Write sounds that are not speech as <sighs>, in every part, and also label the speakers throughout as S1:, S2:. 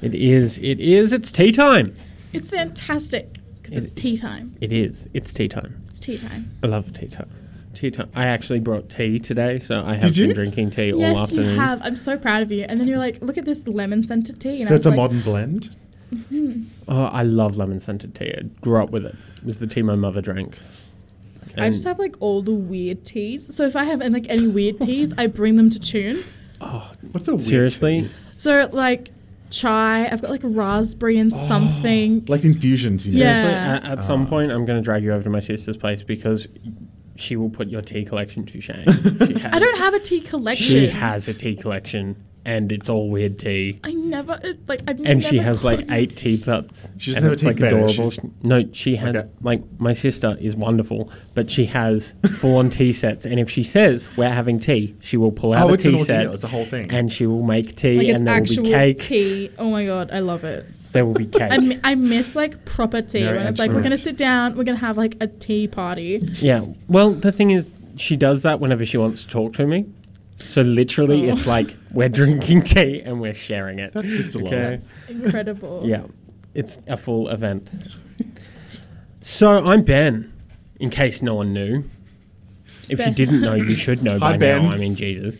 S1: It is. It is. It's tea time.
S2: It's fantastic because
S1: It
S2: it's
S1: is.
S2: tea time.
S1: It is. It's tea time.
S2: It's tea time.
S1: I love tea time. Tea time. I actually brought tea today, so I have
S3: Did
S1: been
S3: you?
S1: drinking tea all
S2: yes, you
S1: afternoon.
S2: have. I'm so proud of you. And then you're like, look at this lemon scented tea. And
S3: So
S2: I was
S3: it's a
S2: like,
S3: modern blend.
S1: Oh, I love lemon scented tea. I grew up with it. It was the tea my mother drank.
S2: I just have like all the weird teas. So if I have like any weird teas, I bring them to tune.
S3: What's a weird
S1: seriously.
S2: So like chai, I've got like raspberry and
S1: Oh.
S2: something.
S3: Like infusions, you know.
S2: Yeah.
S1: Seriously, at, at
S3: Ah.
S1: some point, I'm going to drag you over to my sister's place because she will put your tea collection
S2: <laughs>
S1: to shame. She has,
S2: I don't have a tea collection.
S1: She has a tea collection, and it's all weird tea.
S2: I never it- like I've
S1: And she
S2: never
S1: has like
S2: gotten-
S1: eight teapots.
S3: She doesn't
S1: and
S3: have a
S1: it's,
S3: tea
S1: like
S3: fetish.
S1: adorable.
S3: She's-
S1: No, she has
S3: Okay.
S1: like my sister is wonderful, but she has full on tea sets. And if she says we're having tea, she will pull out
S3: Oh,
S1: a
S3: it's an
S1: tea
S3: ordeal.
S1: set.
S3: It's a whole thing.
S1: And she will make tea,
S2: like it's
S1: and there will be
S2: actual
S1: cake.
S2: tea. Oh my god, I love it. <laughs>
S1: There will be cake.
S2: I, mi- I miss like proper tea
S3: Very
S2: when it's like we're
S3: excellent.
S2: gonna sit down, we're gonna have like a tea party.
S1: Yeah. Well, the thing is, she does that whenever she wants to talk to me. So literally,
S2: Oh.
S1: it's like we're drinking tea and we're sharing it.
S3: That's just a lot.
S1: Okay. <laughs>
S2: It's incredible.
S1: Yeah, it's a full event. <laughs> So I'm Ben. In case no one knew, if you
S2: Ben.
S1: didn't know, you
S2: <laughs>
S1: should know
S3: Hi,
S1: by
S3: Ben.
S1: now. I mean, Jesus.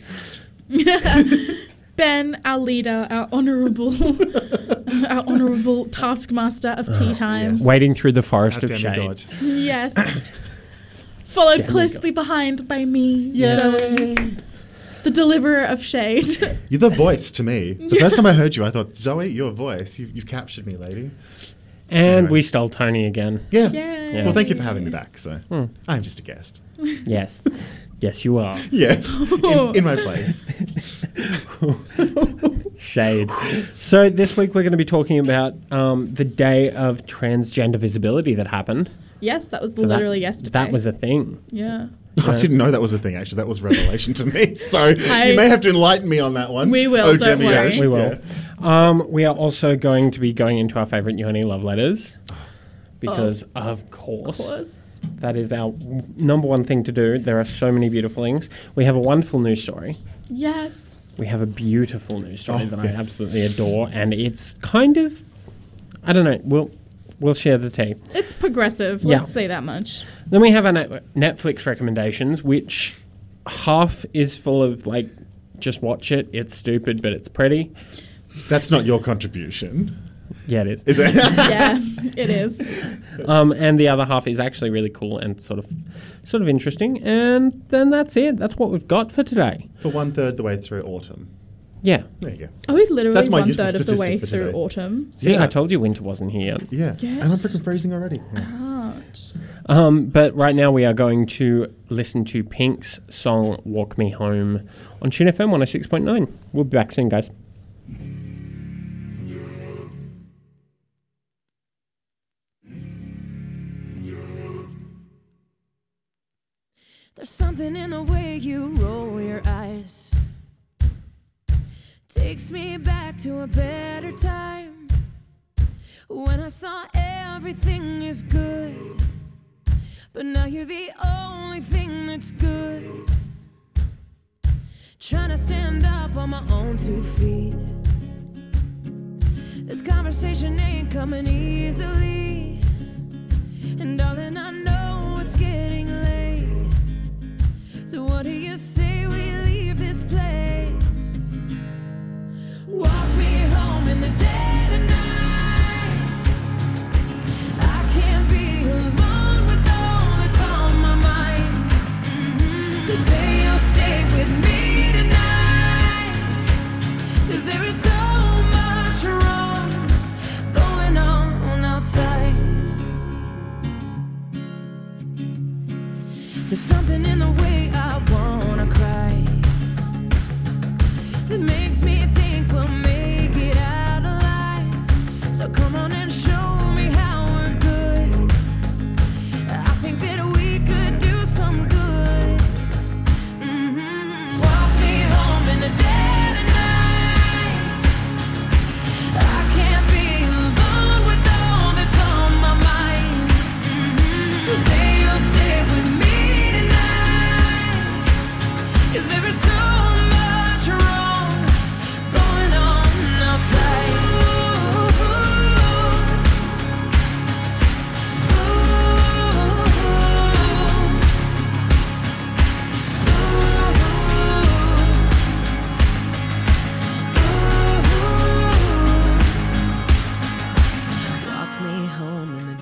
S2: Ben, our leader, our
S3: <laughs>
S2: honourable, our honourable taskmaster of tea time.
S3: Uh, yes.
S1: Wading through the forest
S3: Ah,
S1: of shade.
S3: demigod.
S2: Yes. Followed
S1: Damn it.
S2: closely behind by me, Zoe, the deliverer of shade. <laughs>
S3: You're the voice to me. The first time I heard you, I thought, Zoe, your voice. You've, you've captured me, lady.
S1: And
S3: Anyway.
S1: we stole Tony again.
S3: Yeah.
S2: Yay.
S3: Well, thank you for having me back. So
S1: Hmm.
S3: I'm just a guest.
S1: Yes, yes, you are.
S3: Yes.
S2: <laughs>
S3: in, in my place.
S1: Shade. So this week we're going to be talking about um, the day of transgender visibility that happened.
S2: Yes, that was
S1: So that-
S2: literally yesterday.
S1: That was a thing.
S2: yeah.
S3: I didn't know that was a thing, actually. That was revelation to me. <laughs> So
S2: I-
S3: you may have to enlighten me on that one.
S2: We will,
S3: Oh,
S2: don't
S3: Demi
S2: worry.
S3: Osh.
S1: We will. Um, we are also going to be going into our favourite Yoni love letters. Because of course,
S2: Was
S1: that is our w- number one thing to do. There are so many beautiful things. We have a wonderful news story.
S2: yes.
S1: We have a beautiful news story
S3: Oh,
S1: that I
S3: yes.
S1: absolutely adore, and it's kind of, I don't know. We'll we'll share the tea.
S2: It's progressive.
S1: Yeah.
S2: Let's say that
S1: <laughs>
S2: much.
S1: Then we have our net- Netflix recommendations, which half is full of like, just watch it. It's stupid, but it's pretty.
S3: That's not your contribution,
S1: Yeah, it is.
S3: is it?
S1: <laughs>
S2: yeah, it is.
S1: Um, and the other half is actually really cool and sort of, sort of interesting. And then that's it. That's what we've got for today.
S3: for one third the way through autumn.
S1: Yeah.
S3: There you go.
S2: Are we literally
S3: That's my
S2: one
S3: useless
S2: third of the
S3: statistic
S2: way
S3: for
S2: through
S3: today.
S2: autumn?
S1: See,
S3: Yeah.
S1: I told you winter wasn't here.
S3: Yeah. And I'm
S2: Yes. Uh-huh.
S3: freaking freezing already. Yeah.
S1: Ah.
S2: Ouch.
S1: Um, but right now we are going to listen to Pink's song "Walk Me Home" on Tune FM 106.9. We'll be back soon, guys.
S4: There's something in the way you roll your eyes. Takes me back to a better time. When I saw everything is good. But now you're the only thing that's good. Trying to stand up on my own two feet. This conversation ain't coming easily. And darling, I know it's getting late. So what do you say we leave this place? Walk me home in the dead of night. I can't be alone with all that's on my mind. Mhm. So say you'll stay with me tonight. 'Cause there is so much wrong going on outside. There's something in the way I wanna cry.
S5: Mm-hmm.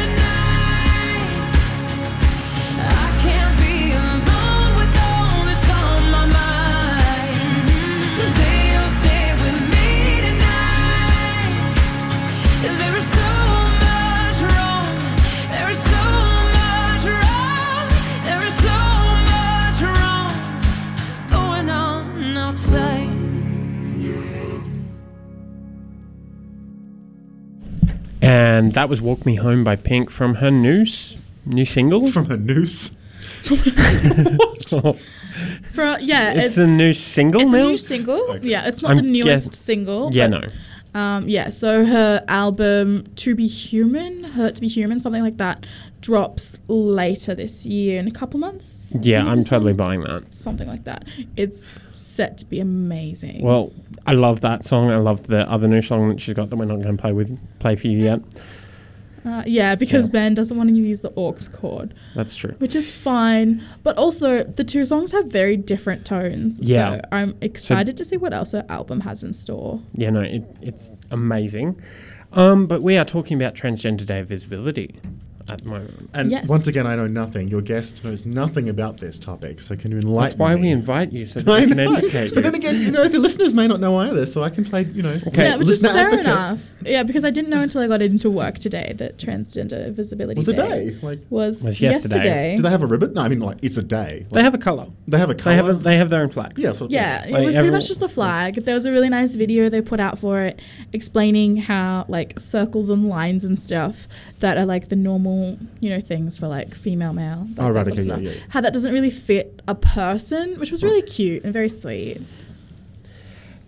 S5: of night. I can't be alone with all that's on my mind. So say you'll stay with me tonight. Cause there is so much wrong. There is so much wrong. There is so much wrong going on outside.
S1: And that was Walk Me Home by Pink from her new, s- new single. <laughs>
S3: From her noose.
S2: For, yeah,
S1: it's, a new single
S2: It's a
S1: now?
S2: new single.
S3: Okay.
S2: Yeah, it's not
S1: I'm
S2: the newest
S1: guess-
S2: single.
S1: yeah,
S2: but,
S1: no.
S2: Um, yeah, so her album To Be Human, Hurt to Be Human, something like that, drops later this year in a couple months. I
S1: Yeah,
S2: think
S1: I'm
S2: it's
S1: totally
S2: called.
S1: buying that.
S2: Something like that. It's set to be amazing.
S1: Well, I love that song. I love the other new song that she's got that we're not going to play with play for you yet.
S2: Uh, yeah, because
S1: Yeah.
S2: Ben doesn't want to use the aux chord,
S1: That's true.
S2: which is fine. But also, the two songs have very different tones. So
S1: Yeah.
S2: I'm excited to see what else her album has in store.
S1: Yeah, no, it, it's amazing. Um, but we are talking about Transgender Day of Visibility at the moment.
S3: And
S2: Yes.
S3: once again, I know nothing. Your guest knows nothing about this topic, so can you
S1: That's
S3: enlighten
S1: why
S3: me? <laughs>
S1: we invite you so that
S3: I
S1: we can
S3: know.
S1: educate
S3: But then
S1: you.
S3: again, you know, the listeners may not know either, so I can play, you know,
S1: Okay.
S2: yeah, which is
S3: listener
S2: fair
S3: advocate.
S2: enough. Yeah, because I didn't know until I got into work today that Transgender Visibility
S3: Was a day. Like,
S2: was,
S1: Was yesterday.
S2: yesterday.
S3: do they have a ribbon? No, I mean, like, it's a day. Like,
S1: They have a colour.
S3: they have a color.
S1: They have a, they have their own flag.
S3: yeah, sort of.
S2: yeah,
S1: Like,
S2: it was pretty
S1: everyone-
S2: much just a flag. There was a really nice video they put out for it explaining how like circles and lines and stuff that are like the normal, you know, things for like female male. that-
S3: Oh,
S2: that
S3: right,
S2: sort of
S3: okay, yeah,
S2: stuff.
S3: yeah, yeah.
S2: How that doesn't really fit a person, which was really cute and very sweet.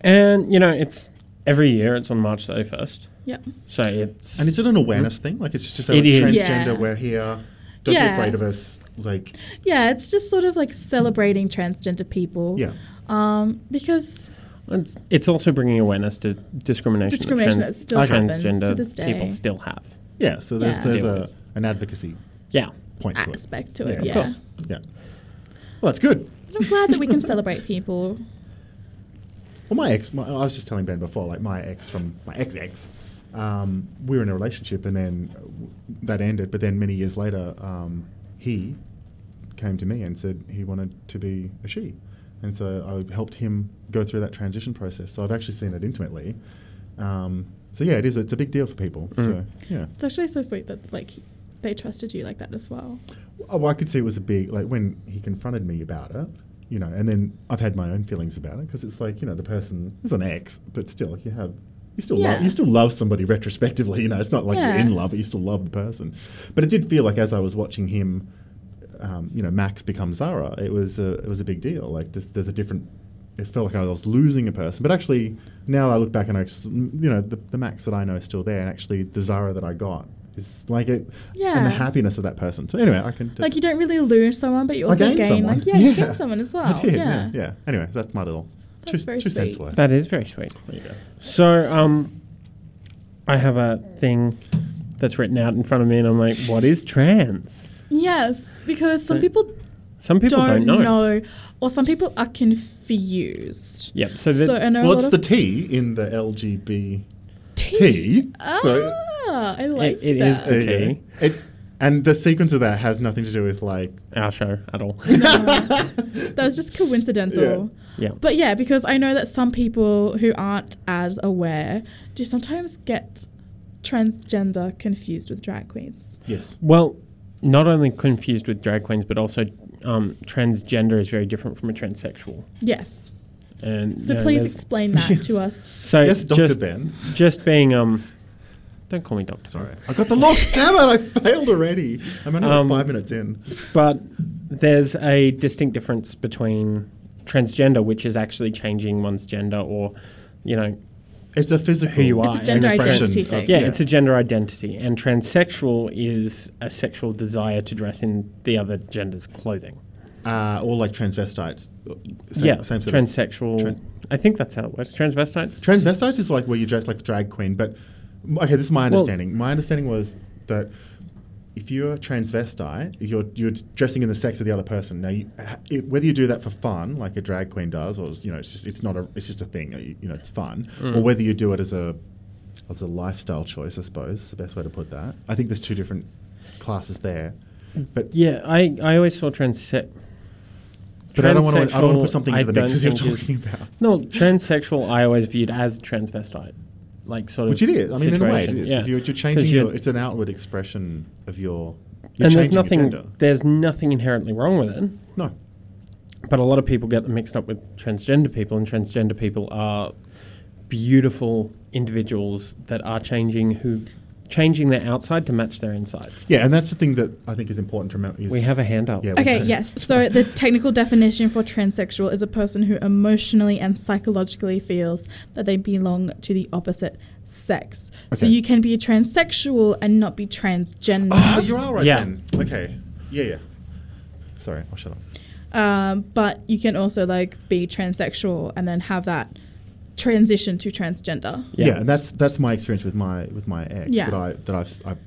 S1: And, you know, it's every year, it's on March 31st.
S2: Yep.
S1: So it's.
S3: And is it an awareness thing? Like, it's just a
S1: It
S3: like,
S1: is.
S3: transgender,
S2: Yeah.
S3: we're here, don't be
S2: Yeah.
S3: afraid of us. Like,
S2: Yeah, it's just sort of like celebrating transgender people.
S3: yeah.
S2: Um, because
S1: It's, it's also bringing awareness to discrimination, that
S2: Discrimination that still happens to
S1: transgender
S2: this day.
S1: people still have.
S3: Yeah, so there's,
S2: Yeah.
S3: there's
S1: Deal
S3: a,
S1: with.
S3: an advocacy
S1: Yeah.
S3: point to it.
S2: aspect to it.
S1: Of
S2: Yeah.
S1: course.
S3: Yeah. Well, that's good.
S2: But I'm glad that
S3: <laughs>
S2: we can celebrate people.
S3: Well, my ex, my, I was just telling Ben before, like my ex from my ex ex, um, we were in a relationship and then uh, w- that ended. But then many years later, um, he came to me and said he wanted to be a she. And so I helped him go through that transition process. So I've actually seen it intimately. Um, so yeah, it is. It's a big deal for people. So yeah.
S2: It's actually so sweet that like they trusted you like that as well.
S3: Oh, well, I could see it was a big like when he confronted me about it, you know, and then I've had my own feelings about it because it's like you know the person is an ex, but still you have you still love
S2: Yeah.
S3: you still love somebody retrospectively, you know. It's not like you're
S2: Yeah.
S3: in love, but you still love the person. But it did feel like as I was watching him, um, you know, Max become Zara, it was a it was a big deal. Like there's, there's a different. It felt like I was losing a person, but actually now I look back and I, just- you know, the, the Max that I know is still there, and actually the Zara that I got is like it, and
S2: Yeah.
S3: the happiness of that person. So anyway, I can just
S2: like you don't really lose someone, but you also gain, like yeah, you gain someone as well.
S3: I did,
S2: yeah.
S3: yeah. yeah. Anyway, that's my little two,
S2: That's very
S3: two cents
S2: sweet.
S3: worth.
S1: That is very sweet.
S3: There you go.
S1: So, um, I have a thing that's written out in front of me, and I'm like, what is trans?
S2: Yes, because some
S1: Right.
S2: people,
S1: Some people
S2: don't,
S1: don't,
S2: know. or some people are confused.
S1: Yep. So, that,
S2: So I know
S3: Well,
S2: a lot
S3: it's
S2: of
S3: the T in the LGBT.
S2: tea.
S3: T.
S2: Ah,
S3: So
S2: I like
S1: it is
S2: that.
S1: the-
S3: there you go. It, and the sequence of that has nothing to do with like
S1: our show
S2: <laughs>
S1: at all.
S2: that was just coincidental.
S1: Yeah.
S2: But yeah, because I know that some people who aren't as aware do sometimes get transgender confused with drag queens.
S3: yes.
S1: Well, not only confused with drag queens, but also um, transgender is very different from a transsexual.
S2: Yes.
S1: And
S2: So
S1: you know,
S2: please
S1: there's-
S2: explain
S3: <laughs>
S2: that to us.
S1: so
S3: Yes, Doctor
S1: just
S3: Ben.
S1: just being um, don't call me doctor.
S3: Sorry, I got the lock. <laughs> Damn it! I failed already. I'm only
S1: Um,
S3: five minutes in.
S1: But there's a distinct difference between transgender, which is actually changing one's gender, or you know,
S3: It's a physical.
S1: you are. It's a
S2: gender
S3: expression
S2: identity
S3: of-
S2: thing.
S1: yeah, it's a gender identity. And transsexual is a sexual desire to dress in the other gender's clothing.
S3: uh, or like transvestites. Same,
S1: yeah,
S3: same sort of
S1: transsexual.
S3: tran-
S1: I think that's how it works. Transvestites.
S3: Transvestites is like where you dress like a drag queen, but m- okay, this is my understanding. my understanding was that if you're transvestite, if you're you're dressing in the sex of the other person. Now, you, it, whether you do that for fun, like a drag queen does, or it's, you know, it's just it's not a it's just a thing. You, you know, it's fun,
S1: Mm.
S3: or whether you do it as a as a lifestyle choice, I suppose is the best way to put that. I think there's two different classes there, but
S1: Yeah, I, I always saw transe-
S3: but I don't want to I don't want
S1: transsexual,
S3: to put something into
S1: I
S3: the mix
S1: don't
S3: as you're
S1: think is-
S3: talking about.
S1: <laughs> No, transsexual I always viewed as transvestite. Like sort
S3: Which
S1: of
S3: it is. I mean, in a way, it
S1: situation.
S3: is
S1: Yeah.
S3: because you're, you're changing.
S1: 'Cause
S3: Your,
S1: you're-
S3: it's an outward expression of your. You're
S1: and there's
S3: changing
S1: nothing
S3: Your gender.
S1: there's nothing inherently wrong with it.
S3: No,
S1: But a lot of people get them mixed up with transgender people, and transgender people are beautiful individuals that are changing who changing their outside to match their insides.
S3: yeah, and that's the thing that I think is important to remember. Is
S1: We have a hand up.
S3: Yeah, we
S2: Okay,
S3: do.
S2: yes. So the technical definition for transsexual is a person who emotionally and psychologically feels that they belong to the opposite sex. So
S3: Okay.
S2: you can be a transsexual and not be transgender.
S3: Oh, you are right
S1: Yeah.
S3: then. Okay. Yeah, yeah. Sorry, I'll shut up. Ah.
S2: um, but you can also like be transsexual and then have that transition to transgender.
S3: Yeah.
S1: Yeah.
S3: and that's that's my experience with my with my ex
S2: Yeah.
S3: that I that I've, I've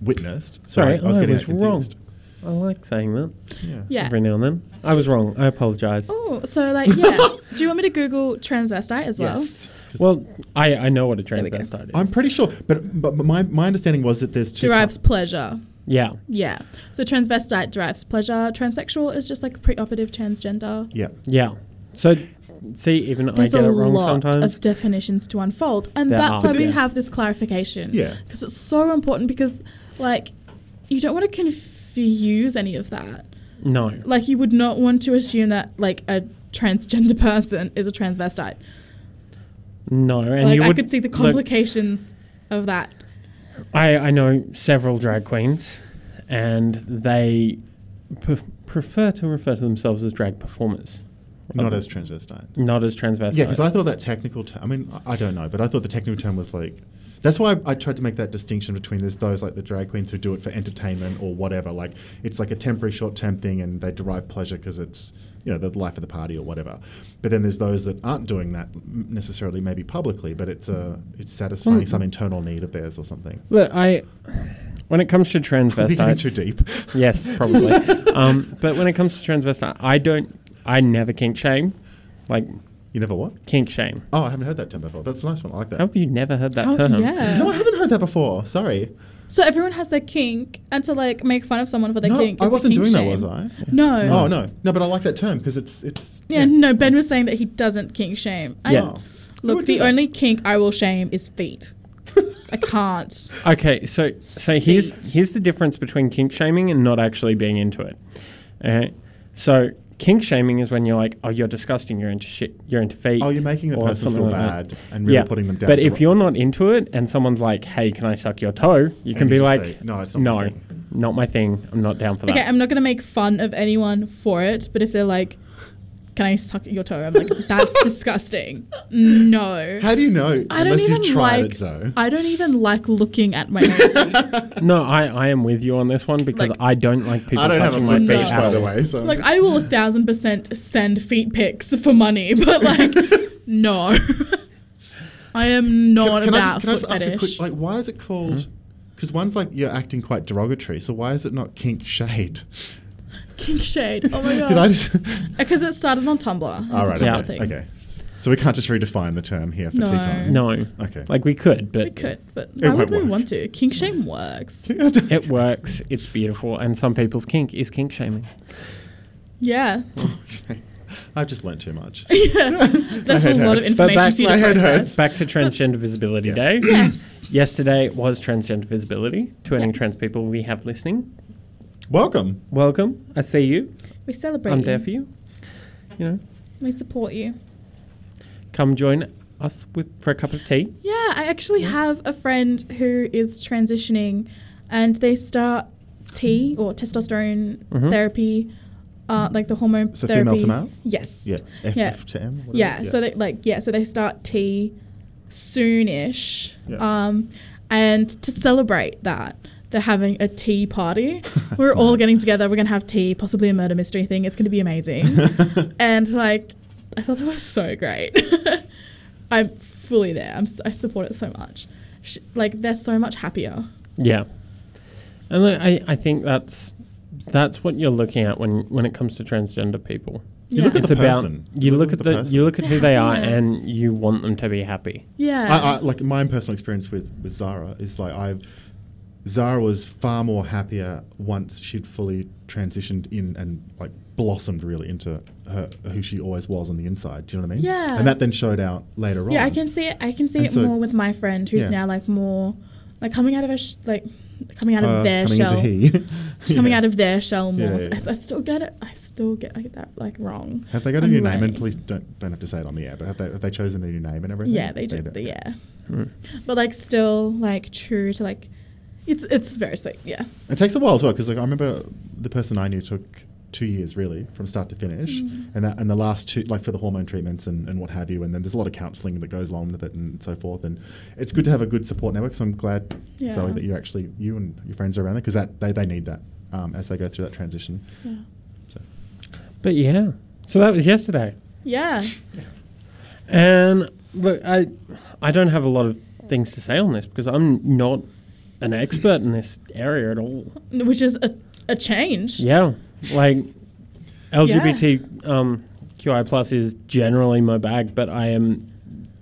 S3: witnessed. So
S1: Sorry, Oh,
S3: I, I was
S1: I
S3: getting
S1: was
S3: that confused.
S1: I like saying that
S3: Yeah.
S2: Yeah.
S1: every now and then. I was wrong. I apologize.
S2: Oh, so like
S3: <laughs>
S2: yeah. Do you want me to Google transvestite as well?
S3: Yes. 'Cause
S1: Well, I, I know what a
S2: we go.
S1: transvestite is.
S3: I'm pretty sure, but but my, my understanding was that there's two
S2: Derives
S3: types-
S2: pleasure.
S1: yeah.
S2: Yeah. So transvestite derives pleasure. Transsexual is just like preoperative transgender.
S3: Yeah.
S1: Yeah. So, see, even
S2: There's
S1: I get
S2: a
S1: it wrong
S2: lot
S1: sometimes.
S2: of definitions to unfold, and
S1: There
S2: that's
S1: are.
S2: why
S1: But
S2: we
S1: this-
S2: have this clarification.
S3: Yeah.
S2: Because it's so important. Because like, you don't want to confuse any of that.
S1: no.
S2: Like, you would not want to assume that like a transgender <laughs> person is a transvestite.
S1: No. And
S2: like,
S1: you
S2: I
S1: would,
S2: could see the
S1: look,
S2: complications of that.
S1: I, I know several drag queens, and they pref- prefer to refer to themselves as drag performers,
S3: Not as transvestite.
S1: not as transvestites.
S3: Yeah, because I thought that technical term. I mean, I- I don't know, but I thought the technical term was like. That's why I, I tried to make that distinction between there's those like the drag queens who do it for entertainment or whatever. Like it's like a temporary, short-term thing, and they derive pleasure because it's you know the life of the party or whatever. But then there's those that aren't doing that m- necessarily, maybe publicly, but it's uh, it's satisfying
S1: Hmm.
S3: some internal need of theirs or something.
S1: Look, I. When it comes to
S3: We're getting
S1: transvestites,
S3: too deep. <laughs>
S1: yes, probably. um, but when it comes to transvestite, I don't. I never kink shame, like
S3: You never what?
S1: kink shame.
S3: Oh, I haven't heard that term before. That's a nice one. I like that.
S1: How have you never heard that
S2: Oh,
S1: term?
S2: yeah.
S3: No, I haven't heard that before. Sorry.
S2: So everyone has their kink, and to like make fun of someone for their
S3: No,
S2: kink.
S3: I
S2: is to
S3: wasn't
S2: kink
S3: doing that,
S2: shame.
S3: was I?
S2: No.
S3: Oh no, no, but I like that term because it's it's
S2: Yeah, no. Ben was saying that he doesn't kink shame. I,
S1: Yeah.
S3: Oh. Who
S2: Look,
S3: would do
S2: the
S3: that?
S2: only kink I will shame is feet. I can't.
S3: <laughs>
S1: Okay, so so here's
S2: Feet.
S1: here's the difference between kink shaming and not actually being into it. Alright? So kink shaming is when you're like, oh, you're disgusting, you're into shit, you're into feet.
S3: Oh, you're making the
S1: or
S3: person
S1: something
S3: feel
S1: like that.
S3: bad and really
S1: yeah.
S3: putting them down.
S1: But
S3: to
S1: if
S3: ro-
S1: you're not into it and someone's like, hey, can I suck your toe? You can be
S3: you just
S1: like,
S3: say, "No, it's not my
S1: no,
S3: thing."
S1: not my thing. I'm not down for
S2: Okay,
S1: that.
S2: I'm not gonna make fun of anyone for it, but if they're like, "Can I suck your toe?" I'm like,
S3: <laughs>
S2: "That's disgusting." No.
S3: how do you know
S2: I don't
S3: unless
S2: even
S3: you've tried
S2: like.
S3: it though?
S2: I don't even like looking at my own feet.
S1: no, I, I am with you on this one because
S2: Like-
S1: I don't like people
S3: I don't have a
S1: touching my feet
S3: foot fetish,
S1: at
S3: by the
S1: all.
S3: way. So
S2: Like, I will a thousand percent send feet pics for money, <laughs> but like, no. I am not
S3: can I
S2: about
S3: just, can I
S2: foot
S3: just ask
S2: fetish.
S3: a quick? Like, why is it called?
S1: Hmm?
S3: Because one's like you're acting quite derogatory. So why is it not kink shade?
S2: Kink shade. Oh my god.
S3: <laughs> Did I just?
S2: Because it started on Tumblr. It's
S3: All right.
S2: a Tumblr
S1: Yeah.
S2: thing.
S3: Okay. okay. So we can't just redefine the term here for
S2: No.
S3: tea time.
S1: No.
S3: Okay. <laughs>
S1: Like we could, but
S2: We could, but
S3: It
S2: why would
S3: won't
S2: we
S3: work.
S2: want to? King shame works.
S1: it works, it's beautiful, and some people's kink is kink shaming.
S2: Yeah.
S3: <laughs>
S2: <laughs>
S3: Okay. I've just learned too much.
S2: There's
S3: My
S2: a
S3: head
S2: lot of
S3: hurts.
S2: information
S1: back-
S2: for you
S3: my
S2: to
S3: head hurts.
S2: process.
S1: Back to Transgender Visibility
S3: Yes.
S1: Day.
S2: Yes.
S1: Yesterday was Transgender Visibility. To any trans people we have listening,
S3: Welcome.
S1: welcome. I see you.
S2: We celebrate
S1: I'm
S2: you.
S1: there for you. You know,
S2: We support you.
S1: come join us with for a cup of tea.
S2: Yeah, I actually have a friend who is transitioning and they start T or testosterone
S1: Mhm.
S2: therapy, uh, like the hormone
S3: So
S2: therapy.
S3: Mm-hmm. female to male?
S2: Yes.
S3: Yeah. F,
S2: Yeah.
S3: F to M. whatever.
S2: yeah, so they like yeah so they start tea soonish
S3: Yeah.
S2: um and to celebrate that they're having a tea
S3: <laughs>
S2: party we're all getting together we're gonna have tea possibly a murder mystery thing it's gonna be
S3: <laughs>
S2: amazing and like i thought that was so great <laughs> i'm fully there I'm, si support it so much Sh- like they're so much happier
S1: Yeah. And look, I, I think that's that's what you're looking at when, when it comes to transgender people.
S3: You
S2: yeah.
S3: look at
S1: it's
S3: the
S1: about
S3: person.
S1: you look at the, you look at who they
S3: <laughs>
S1: are
S2: Yes.
S1: and you want them to be happy.
S2: yeah.
S3: I, I, like my own personal experience with, with Zara is like I've Zara was far more happier once she'd fully transitioned in and like blossomed really into her who she always was on the inside. Do you know what I mean?
S2: Yeah.
S3: And that then showed out later on.
S2: Yeah, I can see it. I can see
S3: And
S2: it
S3: so-
S2: more with my friend who's
S3: Yeah.
S2: now like more like coming out of a sh- like coming out of
S3: Uh,
S2: their
S3: coming
S2: shell,
S3: into he.
S2: <laughs> coming
S3: Yeah.
S2: out of their shell more.
S3: Yeah,
S2: So
S3: yeah.
S2: I, I still get it. I still get I get that like wrong.
S3: Have they got a
S2: I'm
S3: new name? And
S2: learning.
S3: please don't don't have to say it on the air. But have they have they chosen a new name and everything?
S2: Yeah, they do.
S3: did.
S2: the- yeah,
S1: Hmm.
S2: but like still like true to like, it's it's very sweet. Yeah,
S3: It takes a while as well because like I remember the person I knew took two years really from start to finish, and that and the last two like for the hormone treatments and, and what have you, and then there's a lot of counselling that goes along with it and so forth. And it's good to have a good support network. So I'm glad,
S2: Yeah.
S3: Zoe, that you actually you and your friends are around there because that they, they need that um, as they go through that transition.
S2: yeah,
S3: So
S1: But yeah. So that was yesterday.
S2: yeah.
S1: And look, I I don't have a lot of things to say on this because I'm not an expert in this area at all.
S2: Which is a, a change.
S1: Yeah, like LGBTQI um, QI plus is generally my bag, but I am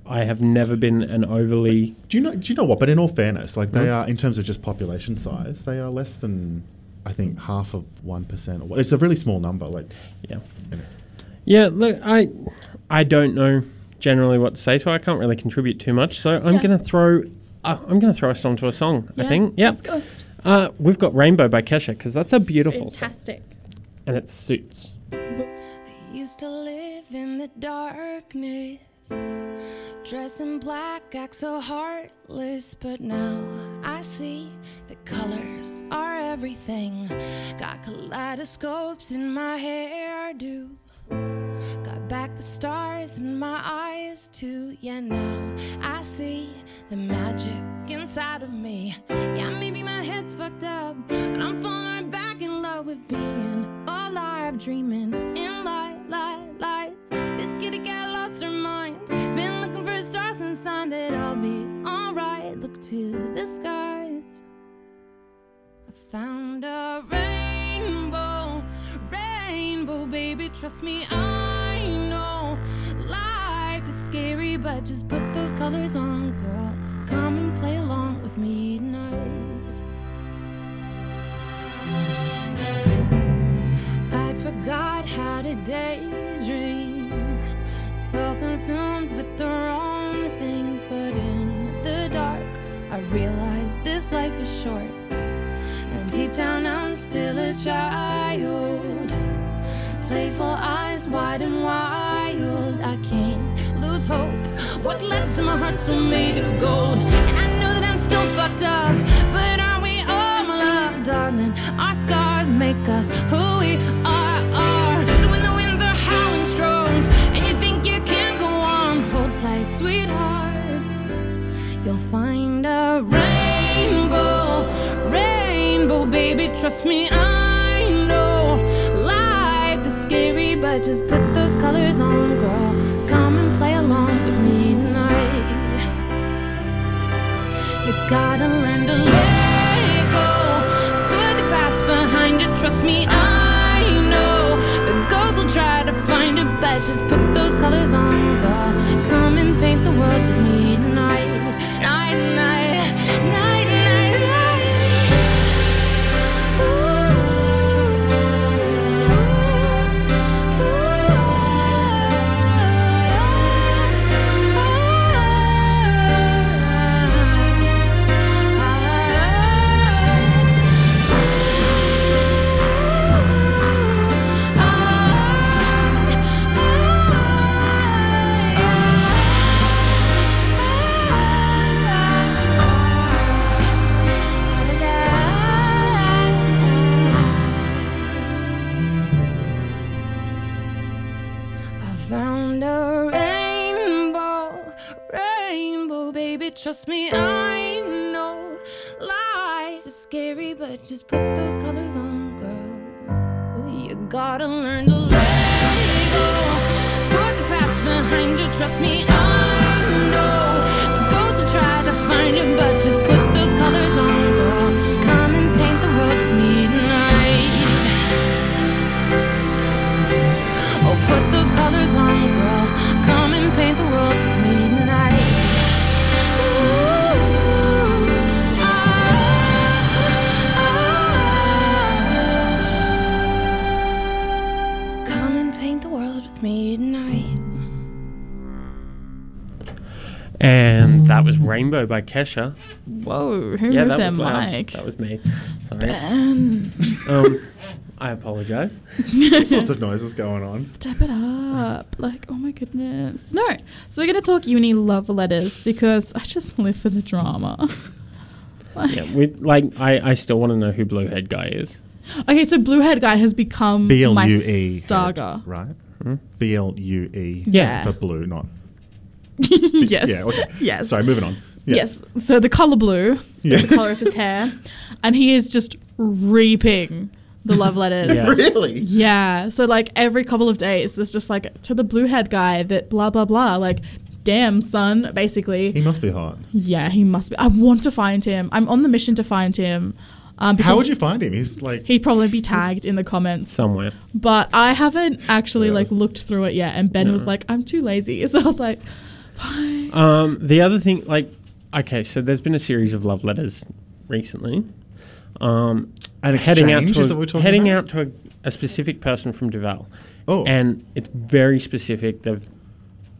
S1: I have never been an overly
S3: do you know do you know what? But in all fairness, like they are in terms of just population size, they are less than I think half of one percent. or what- It's a really small number. Like
S1: yeah
S3: Yeah.
S1: yeah. Look, I I don't know generally what to say, so I can't really contribute too much. So I'm
S2: Yeah.
S1: gonna throw. Uh, I'm going to throw us onto a song, I think. Yeah.
S2: Let's go.
S1: Uh, we've got Rainbow by Kesha because that's a beautiful song.
S2: Fantastic.
S1: And it suits.
S5: I used to live in the darkness, dressed in black, act so heartless. But now I see that colors are everything. Got kaleidoscopes in my hairdo. Got back the stars in my eyes too. Yeah, now I see the magic inside of me. Yeah, maybe my head's fucked up, but I'm falling back in love with being alive, dreaming in light, light, lights. This kitty got lost her mind. Been looking for a star since sign that I'll be alright. Look to the skies. I found a rainbow, rainbow, baby. Trust me, I know life is scary, but just put those colors on, girl. Come and play along with me tonight. I forgot how to daydream, so consumed with the wrong things. But in the dark, I realize this life is short. And deep down, I'm still a child. Playful eyes wide and wild. I can't lose hope. What's left of my heart's still made of gold. And I know that I'm still fucked up. But are we all my love, darling? Our scars make us who we are. are. So when the winds are howling strong, and you think you can go on, hold tight, sweetheart. You'll find a rainbow, rainbow, baby. Trust me, I know life is scary, but just put those colors on, girl. Come and play along with me tonight. You gotta learn to let go. Put the past behind you. Trust me, I know the girls will try to find it, but just put those colors on, girl. Come and paint the world with me tonight, night, night, night, night, night. Ooh, ooh, ooh, ooh. I found a rainbow, rainbow, baby. Trust me, I know life is scary, but just put those colors on, girl. You gotta learn to let go. Put the past behind you. Trust me, I know the girls will try to find you, but just put those colors on, girl. Come and paint the world. Oh, ah, ah.
S1: And that was Rainbow by Kesha.
S2: Whoa, who
S1: Yeah,
S2: moved
S1: that
S2: their
S1: was loud.
S2: mic?
S1: That was me.
S2: <laughs>
S1: Sorry. um, I apologize.
S3: Lots of noises going on.
S2: Step it up. Like, oh my goodness. No. So we're going to talk uni love letters because I just live for the drama. <laughs> Like-
S1: Yeah, we like. I, I still want to know who Bluehead guy is.
S2: Okay, so blue head guy has become
S3: B L
S2: Mm-hmm. my
S3: U E
S2: saga.
S3: right?
S1: Hmm?
S3: B L U E
S1: Yeah.
S3: for blue, not
S2: <laughs> yes.
S3: yeah. Okay.
S2: Yes.
S3: Sorry, moving on. Yeah.
S2: Yes. So the color blue,
S3: Yeah.
S2: the color of
S3: <laughs>
S2: his hair, and he is just reaping the love letters.
S1: Yeah.
S3: really?
S2: Yeah. So like every couple of days, there's just like to the blue head guy that blah blah blah. Like, damn son, basically.
S3: He must be hot.
S2: Yeah, he must be. I want to find him. I'm on the mission to find him. Um, because
S3: How would you find him? He's like
S2: He'd probably be tagged in the comments,
S1: Somewhere.
S2: but I haven't actually
S3: Yeah,
S2: like
S3: that was-
S2: looked through it yet. And Ben was
S1: Yeah.
S2: like, "I'm too lazy," <laughs> so I was like, "Fine."
S1: Um, the other thing, like, okay, so there's been a series of love letters recently. Um,
S3: an exchange.
S1: heading out to
S3: is
S1: a,
S3: that what we're talking
S1: heading
S3: about?
S1: out to a, a specific person from Duval.
S3: Oh.
S1: and it's very specific. They've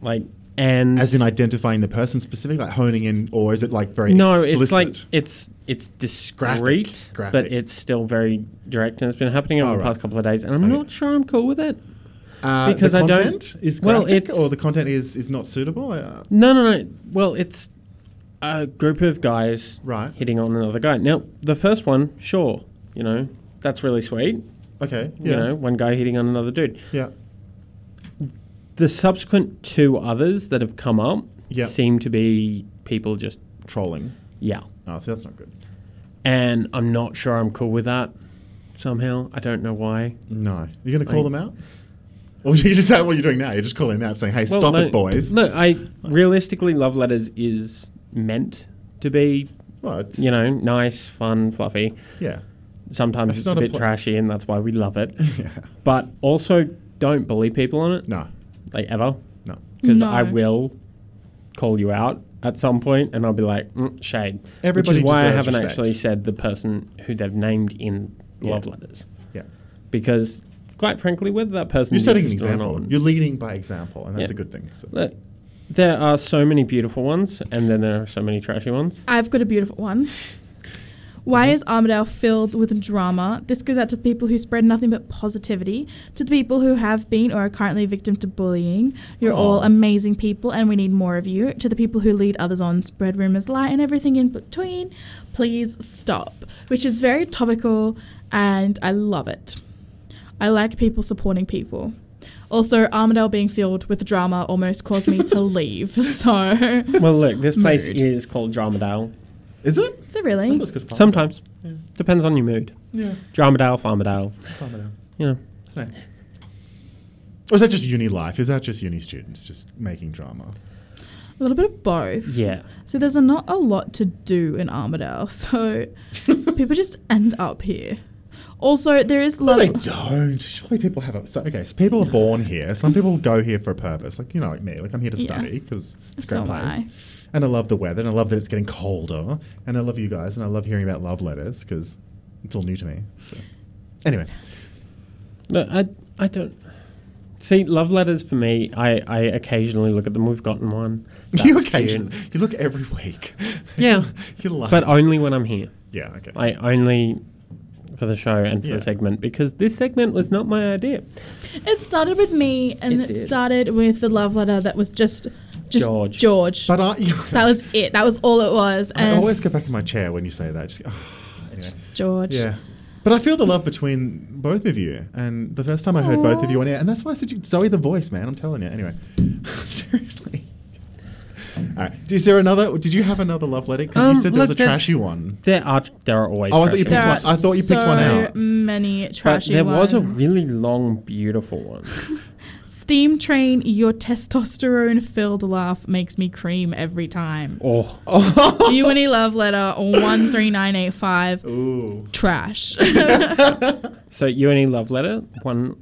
S1: like and
S3: as in identifying the person specific, like honing in, or is it like very
S1: no,
S3: explicit?
S1: it's like it's it's discreet,
S3: Graphic,
S1: but
S3: graphic.
S1: it's still very direct, and it's been happening over
S3: Oh,
S1: the
S3: right.
S1: past couple of days, and I'm
S3: Okay.
S1: not sure I'm cool with it.
S3: uh,
S1: because
S3: the
S1: I don't-
S3: content is
S1: Well,
S3: graphic,
S1: it's-
S3: or the content is is not suitable. Uh,
S1: No, no, no. Well, it's a group of guys
S3: Right.
S1: hitting on another guy. Now, the first one, sure, you know that's really sweet.
S3: okay, yeah,
S1: You know, one guy hitting on another dude.
S3: yeah.
S1: The subsequent two others that have come up
S3: Yeah.
S1: seem to be people just
S3: Trolling.
S1: yeah.
S3: Oh, so that's not good.
S1: and I'm not sure I'm cool with that somehow. I don't know why.
S3: No, you're going to call
S1: Like-
S3: them out, or <laughs> you just what you're doing now? You're just calling them out, saying, "Hey, stop
S1: no,
S3: it, boys."
S1: Look, I realistically, love letters is meant to be,
S3: Well, it's,
S1: you know, nice, fun, fluffy.
S3: yeah,
S1: Sometimes
S3: It's
S1: it's,
S3: not
S1: a
S3: a
S1: bit
S3: pla-
S1: trashy, and that's why we love it.
S3: <laughs> yeah.
S1: But also, don't bully people on it,
S3: No,
S1: like ever,
S3: no.
S1: because
S2: No.
S1: I will call you out at some point, and I'll be like, mm, shade.
S3: Everybody
S1: Which is why I
S3: deserves
S1: haven't
S3: respect.
S1: actually said the person who they've named in
S3: Yeah.
S1: love letters,
S3: Yeah.
S1: because quite frankly, whether that person
S3: You're
S1: is
S3: setting an
S1: interested or
S3: example.
S1: not-
S3: You're leading by example, and that's
S1: Yeah.
S3: a good thing. So.
S1: Look, there are so many beautiful ones, and then there are so many trashy ones.
S2: I've got a beautiful one. Why is Armadale filled with drama? This goes out to the people who spread nothing but positivity, to the people who have been or are currently victim to bullying. You're all
S3: Aw.
S2: amazing people, and we need more of you. To the people who lead others on, spread rumors, lie, and everything in between. Please stop. Which is very topical, and I love it. I like people supporting people. Also, Armadale being filled with drama almost caused me to leave. <laughs> So,
S1: Well, look,
S3: <laughs>
S1: this place
S2: Mood.
S1: is called Dramadale.
S3: Is it?
S2: so
S3: I thought it
S2: really,
S3: was good.
S1: Sometimes.
S3: Yeah.
S1: Depends on your mood.
S3: Yeah.
S1: Dramadale, Farmadale.
S3: Farm it out.
S1: You know,
S3: Okay. Or is that just uni life? Is that just uni students just making drama?
S2: a little bit of both.
S1: yeah.
S2: So there's a not a lot to do in Armadale, <laughs> so people just end up here. Also, there is
S3: No,
S2: love.
S3: they don't. Surely people have a. So, okay, so people are born here. Some people go here for a purpose, like you know, like me. Like I'm here to
S2: Yeah.
S3: study because it's a
S2: So
S3: great
S2: am I.
S3: place. And I love the weather, and I love that it's getting colder, and I love you guys, and I love hearing about love letters because it's all new to me. So. Anyway,
S1: Look, I, I don't. See, love letters for me, I, I occasionally look at them. We've gotten one.
S3: <laughs> you
S1: That's
S3: occasionally
S1: cute.
S3: you look every week. <laughs>
S1: Yeah.
S3: you love.
S1: But only when I'm here.
S3: yeah, okay.
S1: I only for the show and for
S3: Yeah.
S1: the segment, because this segment was not my idea.
S2: It started with me, and
S1: It
S2: it,
S1: did.
S2: started with the love letter that was just, just
S1: George.
S2: George.
S3: but
S1: <laughs>
S3: I, you
S2: that was it. That was all it was.
S3: I
S1: uh,
S2: And
S3: always go back in my chair when you say that. Just, ah, anyway.
S2: just George.
S3: Yeah. But I feel the love between both of you. And the first time I heard both of you on air, and that's why I said you, Zoe the voice, man. I'm telling you. Anyway, <laughs> seriously. All right. Is there another? Did you have another love letter? Because
S1: Um,
S3: you said there was a
S1: look, there-
S3: trashy one.
S1: There are there are always
S3: Oh, I thought you
S1: trashy
S3: picked
S2: There
S3: one-
S2: are
S3: I thought you picked one
S2: so
S3: out.
S2: many
S1: But
S2: trashy
S1: there was a
S2: ones.
S1: really long, beautiful one.
S2: Steam train, your testosterone filled laugh makes me cream every time.
S1: Oh,
S2: you and a love letter 13985
S3: Ooh.
S2: trash.
S1: so UNE love letter one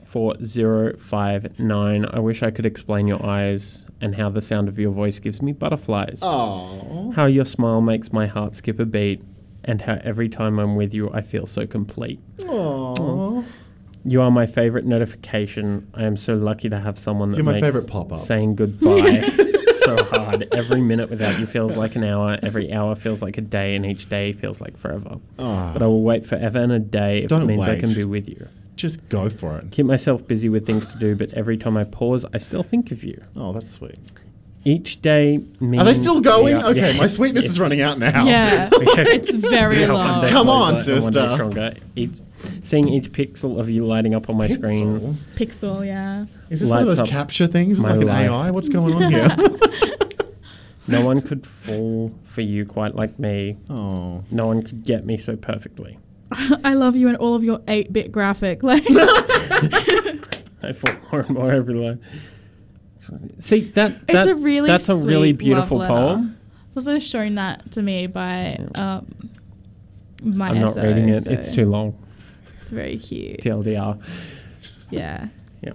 S1: four zero five nine. I wish I could explain your eyes and how the sound of your voice gives me butterflies.
S3: Oh.
S1: How your smile makes my heart skip a beat, and how every time I'm with you, I feel so complete.
S3: Aww.
S1: You are my favorite notification. I am so lucky to have someone that
S3: You're my
S1: makes
S3: favorite pop-up.
S1: saying goodbye <laughs> so hard. God, every minute without you feels like an hour. Every hour feels like a day, and each day feels like forever.
S3: Ah.
S1: But I will wait forever and a day if it
S3: Don't
S1: means I
S3: wait.
S1: can be with you.
S3: Just go for it.
S1: Keep myself busy with things to do, but every time I pause, I still think of you.
S3: Oh, that's sweet.
S1: Each day means.
S3: Are they still going?
S1: Mm. Yeah,
S3: okay,
S1: <laughs> yeah.
S3: my sweetness is <laughs> running out now.
S2: <laughs> Yeah.
S1: Okay.
S2: it's very
S1: How one
S2: long.
S1: day
S3: Come
S1: closer
S3: on,
S1: and one day
S3: sister.
S1: stronger. Each, seeing each pixel of you lighting up on my screen.
S3: Pencil?
S2: Pixel, yeah. <laughs>
S3: Is this one of
S1: lights
S3: those
S1: up
S3: capture things?
S1: my
S3: Like an
S1: life.
S3: AI? What's going on here? <laughs>
S1: No one could fall for you quite like me.
S3: oh. <laughs>
S1: No one could get me so perfectly.
S2: I love you and all of your 8 bit graphic. <laughs>
S1: <laughs>
S2: Like,
S1: I fall more and more every line. See that?
S2: it's
S1: that-
S2: a really
S1: that's a really
S2: sweet love
S1: beautiful
S2: letter.
S1: poem.
S2: I was also shown that to me by um, my
S1: I'm not
S2: SO,
S1: reading it.
S2: so
S1: It's too long.
S2: It's very cute.
S1: TLDR.
S2: Yeah.
S1: Yeah.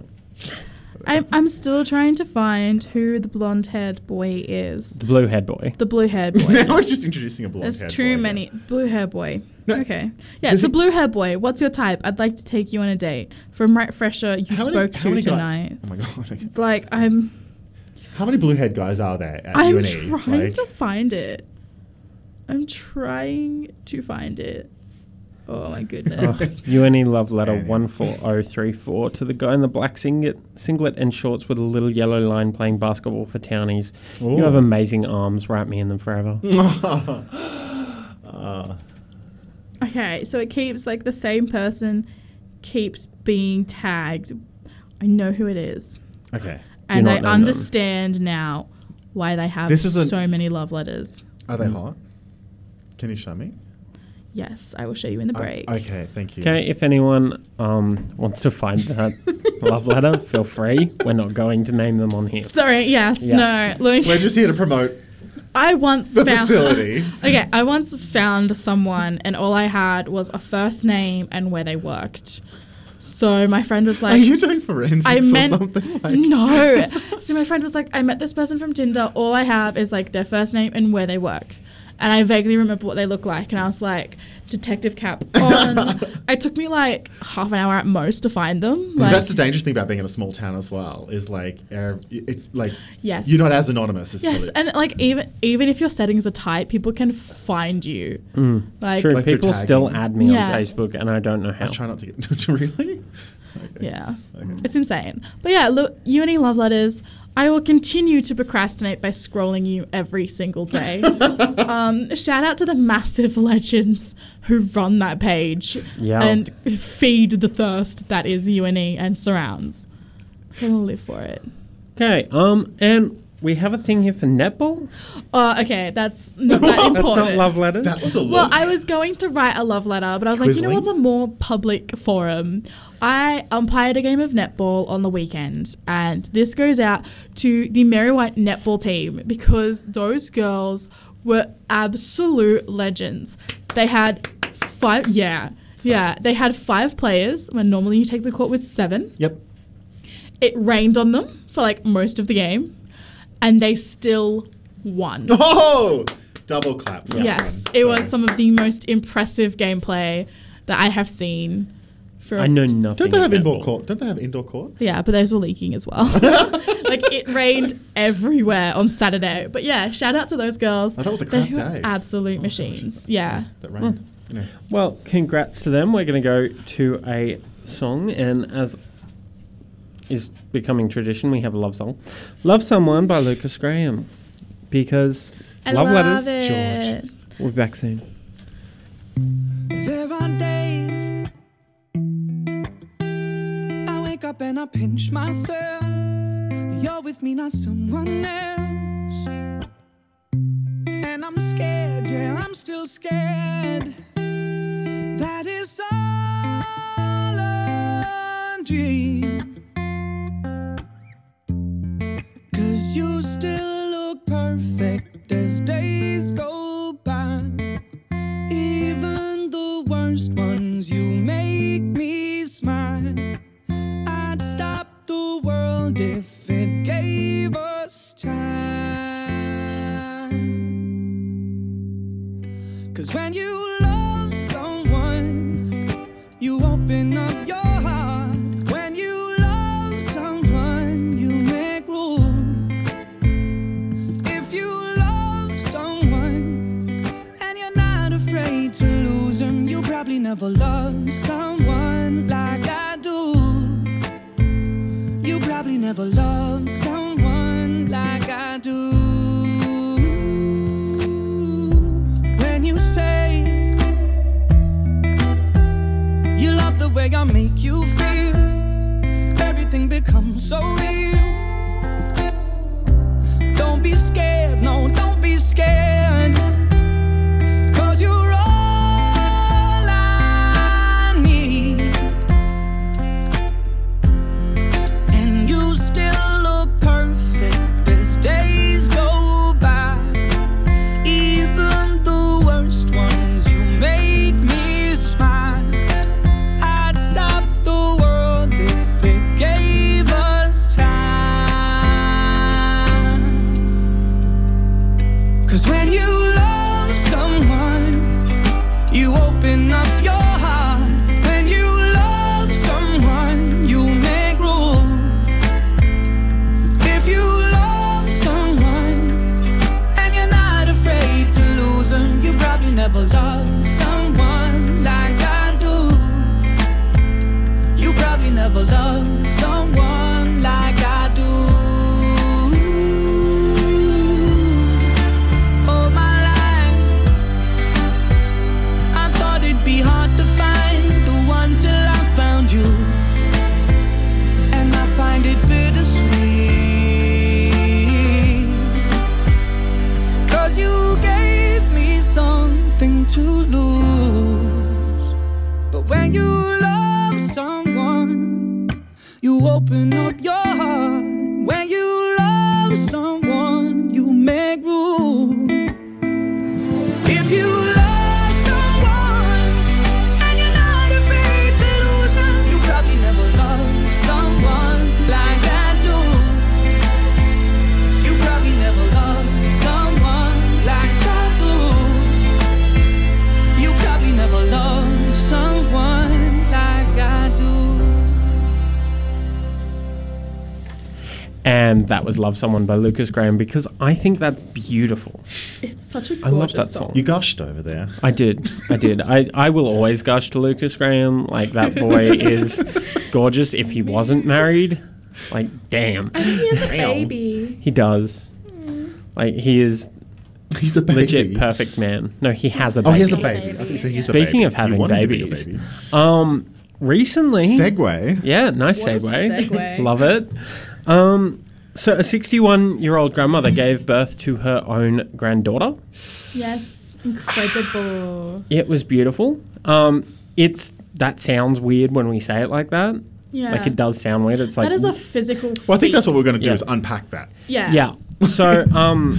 S2: I'm, I'm still trying to find who the blonde haired boy is.
S1: The blue haired boy.
S2: The blue haired
S1: <laughs>
S2: boy.
S3: now it's just introducing a blonde
S2: There's too many. Blue hair boy.
S3: No,
S2: okay. Yeah,
S3: does
S2: it's a
S3: he-
S2: blue hair boy. What's your type? I'd like to take you on a date. From Right Fresher, you spoke to tonight.
S3: Oh my god. okay.
S2: Like, I'm
S3: How many blue haired guys are there at
S2: I'm
S3: UNE?
S2: trying
S3: Like, <laughs>
S2: to find it. I'm trying to find it. Oh my
S1: <laughs>
S2: goodness.
S1: UNE love letter one four zero three four to the guy in the black singlet, singlet and shorts with a little yellow line playing basketball for townies. You have
S3: Ooh. Hmm.
S1: amazing arms. Wrap me in them forever.
S2: <laughs>
S3: Uh,
S2: okay, so it keeps like the same person keeps being tagged. I know who it is.
S3: okay.
S2: And
S1: not
S2: I
S1: know them.
S2: understand now why they have
S3: This is an-
S2: so many love letters.
S3: Are they hot? Can you show me?
S2: Yes, I will show you in the
S3: I-
S2: break.
S3: okay, thank you.
S1: Okay, if anyone um, wants to find that
S3: <laughs>
S1: love letter, feel free. We're not going to name them on here.
S2: Sorry, yes,
S1: Yeah.
S2: no. Look,
S3: We're just here to promote
S2: I once
S3: the
S2: found
S3: facility.
S2: <laughs> Okay, I once found someone and all I had was a first name and where they worked. So my friend was
S3: Are
S2: like
S3: you doing forensics
S2: I meant
S3: or something? <laughs> Like,
S2: No.
S3: <laughs>
S2: So my friend was like, I met this person from Tinder, all I have is like their first name and where they work. And I vaguely remember what they look like and I was like, detective
S3: <laughs>
S2: cap on. it took me like half an hour at most to find them.
S3: So
S2: Like
S3: that's the dangerous thing about being in a small town as well. Is like er, it's like
S2: Yes.
S3: you're not as anonymous. As
S2: Yes, and like even even if your settings are tight, people can find you. Like
S1: It's Mm. true.
S3: Like through
S1: People still
S3: tagging.
S1: add me
S2: Yeah.
S1: on Facebook, and I don't know how.
S3: I try not to get <laughs> really.
S2: Yeah. It's insane. But yeah, look, you any love letters. I will continue to procrastinate by scrolling you every single
S1: <laughs>
S2: day. um, shout out to the massive <laughs> legends who run that page
S1: Yeah.
S2: and feed the thirst that is UNE and surrounds. I'm gonna live for it.
S1: Okay, um, and we have a thing here for netball.
S2: Oh, okay, that's not that important.
S1: <laughs> That's not love letters.
S3: That was a
S2: Well,
S3: look.
S2: I was going to write a love letter, but I was like, you know
S3: Quisling?
S2: what's a more public forum? I umpired a game of netball on the weekend, and this goes out to the Mary White netball team because those girls were absolute legends. They had five, yeah. Yeah, they had five players when normally you take the court with seven.
S3: yep.
S2: It rained on them for like most of the game, and they still won.
S3: Oh, double clap. for that
S2: Yes,
S3: one.
S2: it
S3: Sorry.
S2: was some of the most impressive gameplay that I have seen. From
S1: I know nothing.
S3: Don't they have
S1: of
S3: indoor
S1: netball.
S3: court? Don't they have indoor courts?
S2: Yeah, but those were leaking as
S1: <laughs>
S2: well. like it rained everywhere on Saturday. But yeah, shout out to those girls.
S3: I thought it was a
S2: They
S3: crap
S2: were
S3: day. Oh,
S2: absolute machines. Yeah.
S3: That
S2: Hmm.
S3: rain. Yeah.
S1: Well, congrats to them. We're going to go to a song, and as is becoming tradition, we have a love song. Love Someone by Lucas Graham. Because
S2: I
S1: love, letters.
S2: it.
S1: We'll be back soon.
S6: There are days I wake up and I pinch myself. You're with me, not someone else. And I'm scared, yeah, I'm still scared. That is all a dream. Cause you still look perfect as days go by. Even the worst ones, you make me smile. I'd stop the world if it gave us time. Cause when you love someone, you open up your heart. When you love someone, you make room. If never loved someone like I do. You probably never loved someone like I do. When you say you love the way I make you feel, everything becomes so real. Don't be scared, no, don't be scared. Cause you're all I need. And you still look perfect as days go by. Even the worst ones, you make me smile. I'd stop the world if it gave us time. Cause when you love someone, you open up your heart. When you love someone, you make room. If you love someone and you're not afraid to lose them, you probably never loved someone like I do. You probably never loved someone like I do. All my life, I thought it'd be hard to find the one till I found you, and I find it bittersweet. 'Cause you gave me something to lose, but when you love someone, you open up your heart. When you love someone, you make room. If you love someone and you're not afraid to lose them, you probably never loved someone like I do. You probably never loved someone like I do. You probably never loved someone like I do.
S1: And that was Love Someone by Lucas Graham because I think that's beautiful.
S2: It's such a
S1: I love
S2: gorgeous
S1: that
S2: song.
S1: song.
S3: You gushed over there. <laughs>
S1: I did. I did. I, I will always gush to Lucas Graham. Like, that boy
S2: <laughs>
S1: is gorgeous if he wasn't married. Like, damn.
S2: He has a
S1: Damn.
S2: baby.
S1: He does. Like, he is
S3: He's a baby.
S1: legit perfect man. No, he has a
S3: Oh,
S1: baby.
S3: he has a
S2: Baby.
S3: baby. I think so. He's
S1: Speaking
S3: a baby.
S1: of having
S3: you want him to be your
S1: babies.
S3: baby.
S1: Um, recently.
S3: Segway.
S1: Yeah, nice
S2: What a
S1: segue.
S2: segue.
S1: Love it. Um, so, a 61 year old grandmother gave birth to her own granddaughter.
S2: Yes, incredible.
S1: It was beautiful. Um, it's that sounds weird when we say it like that.
S2: Yeah.
S1: Like it does sound weird. It's like
S2: That is a physical.
S3: Well, I think that's what we're
S2: feat.
S3: going to do
S1: Yeah.
S3: is unpack that
S2: Yeah.
S1: <laughs> yeah. So, um,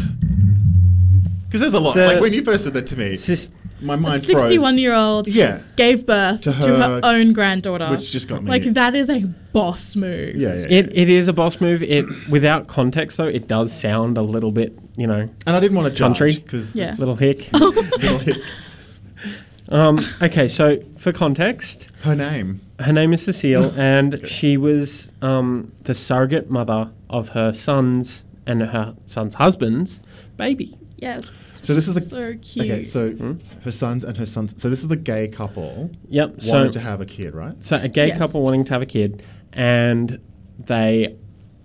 S3: because there's a lot.
S1: The-
S3: like when you first said that to me,
S1: sis-
S3: my
S2: A
S3: mind froze.
S2: sixty-one-year-old
S3: Yeah,
S2: gave birth to
S3: To
S2: her,
S3: her-
S2: own granddaughter,
S3: which just got me.
S2: like that is a boss move.
S3: Yeah, yeah. yeah.
S1: it, it is a boss move. It without context though, it does sound a little bit, you know,
S3: and I didn't want to
S1: Country.
S3: judge because
S2: Yeah. <laughs>
S1: little hick. okay, so for context,
S3: her name.
S1: her name is Cecile,
S3: <laughs>
S1: and she was um, the surrogate mother of her son's and her son's husband's baby.
S2: Yes.
S3: So this is a-
S2: so cute.
S3: Okay, so
S1: Hmm?
S3: her sons and her sons. So this is the gay couple
S1: Yep. So
S3: wanted to have a kid, right?
S1: So a gay
S2: Yes.
S1: couple wanting to have a kid, and they,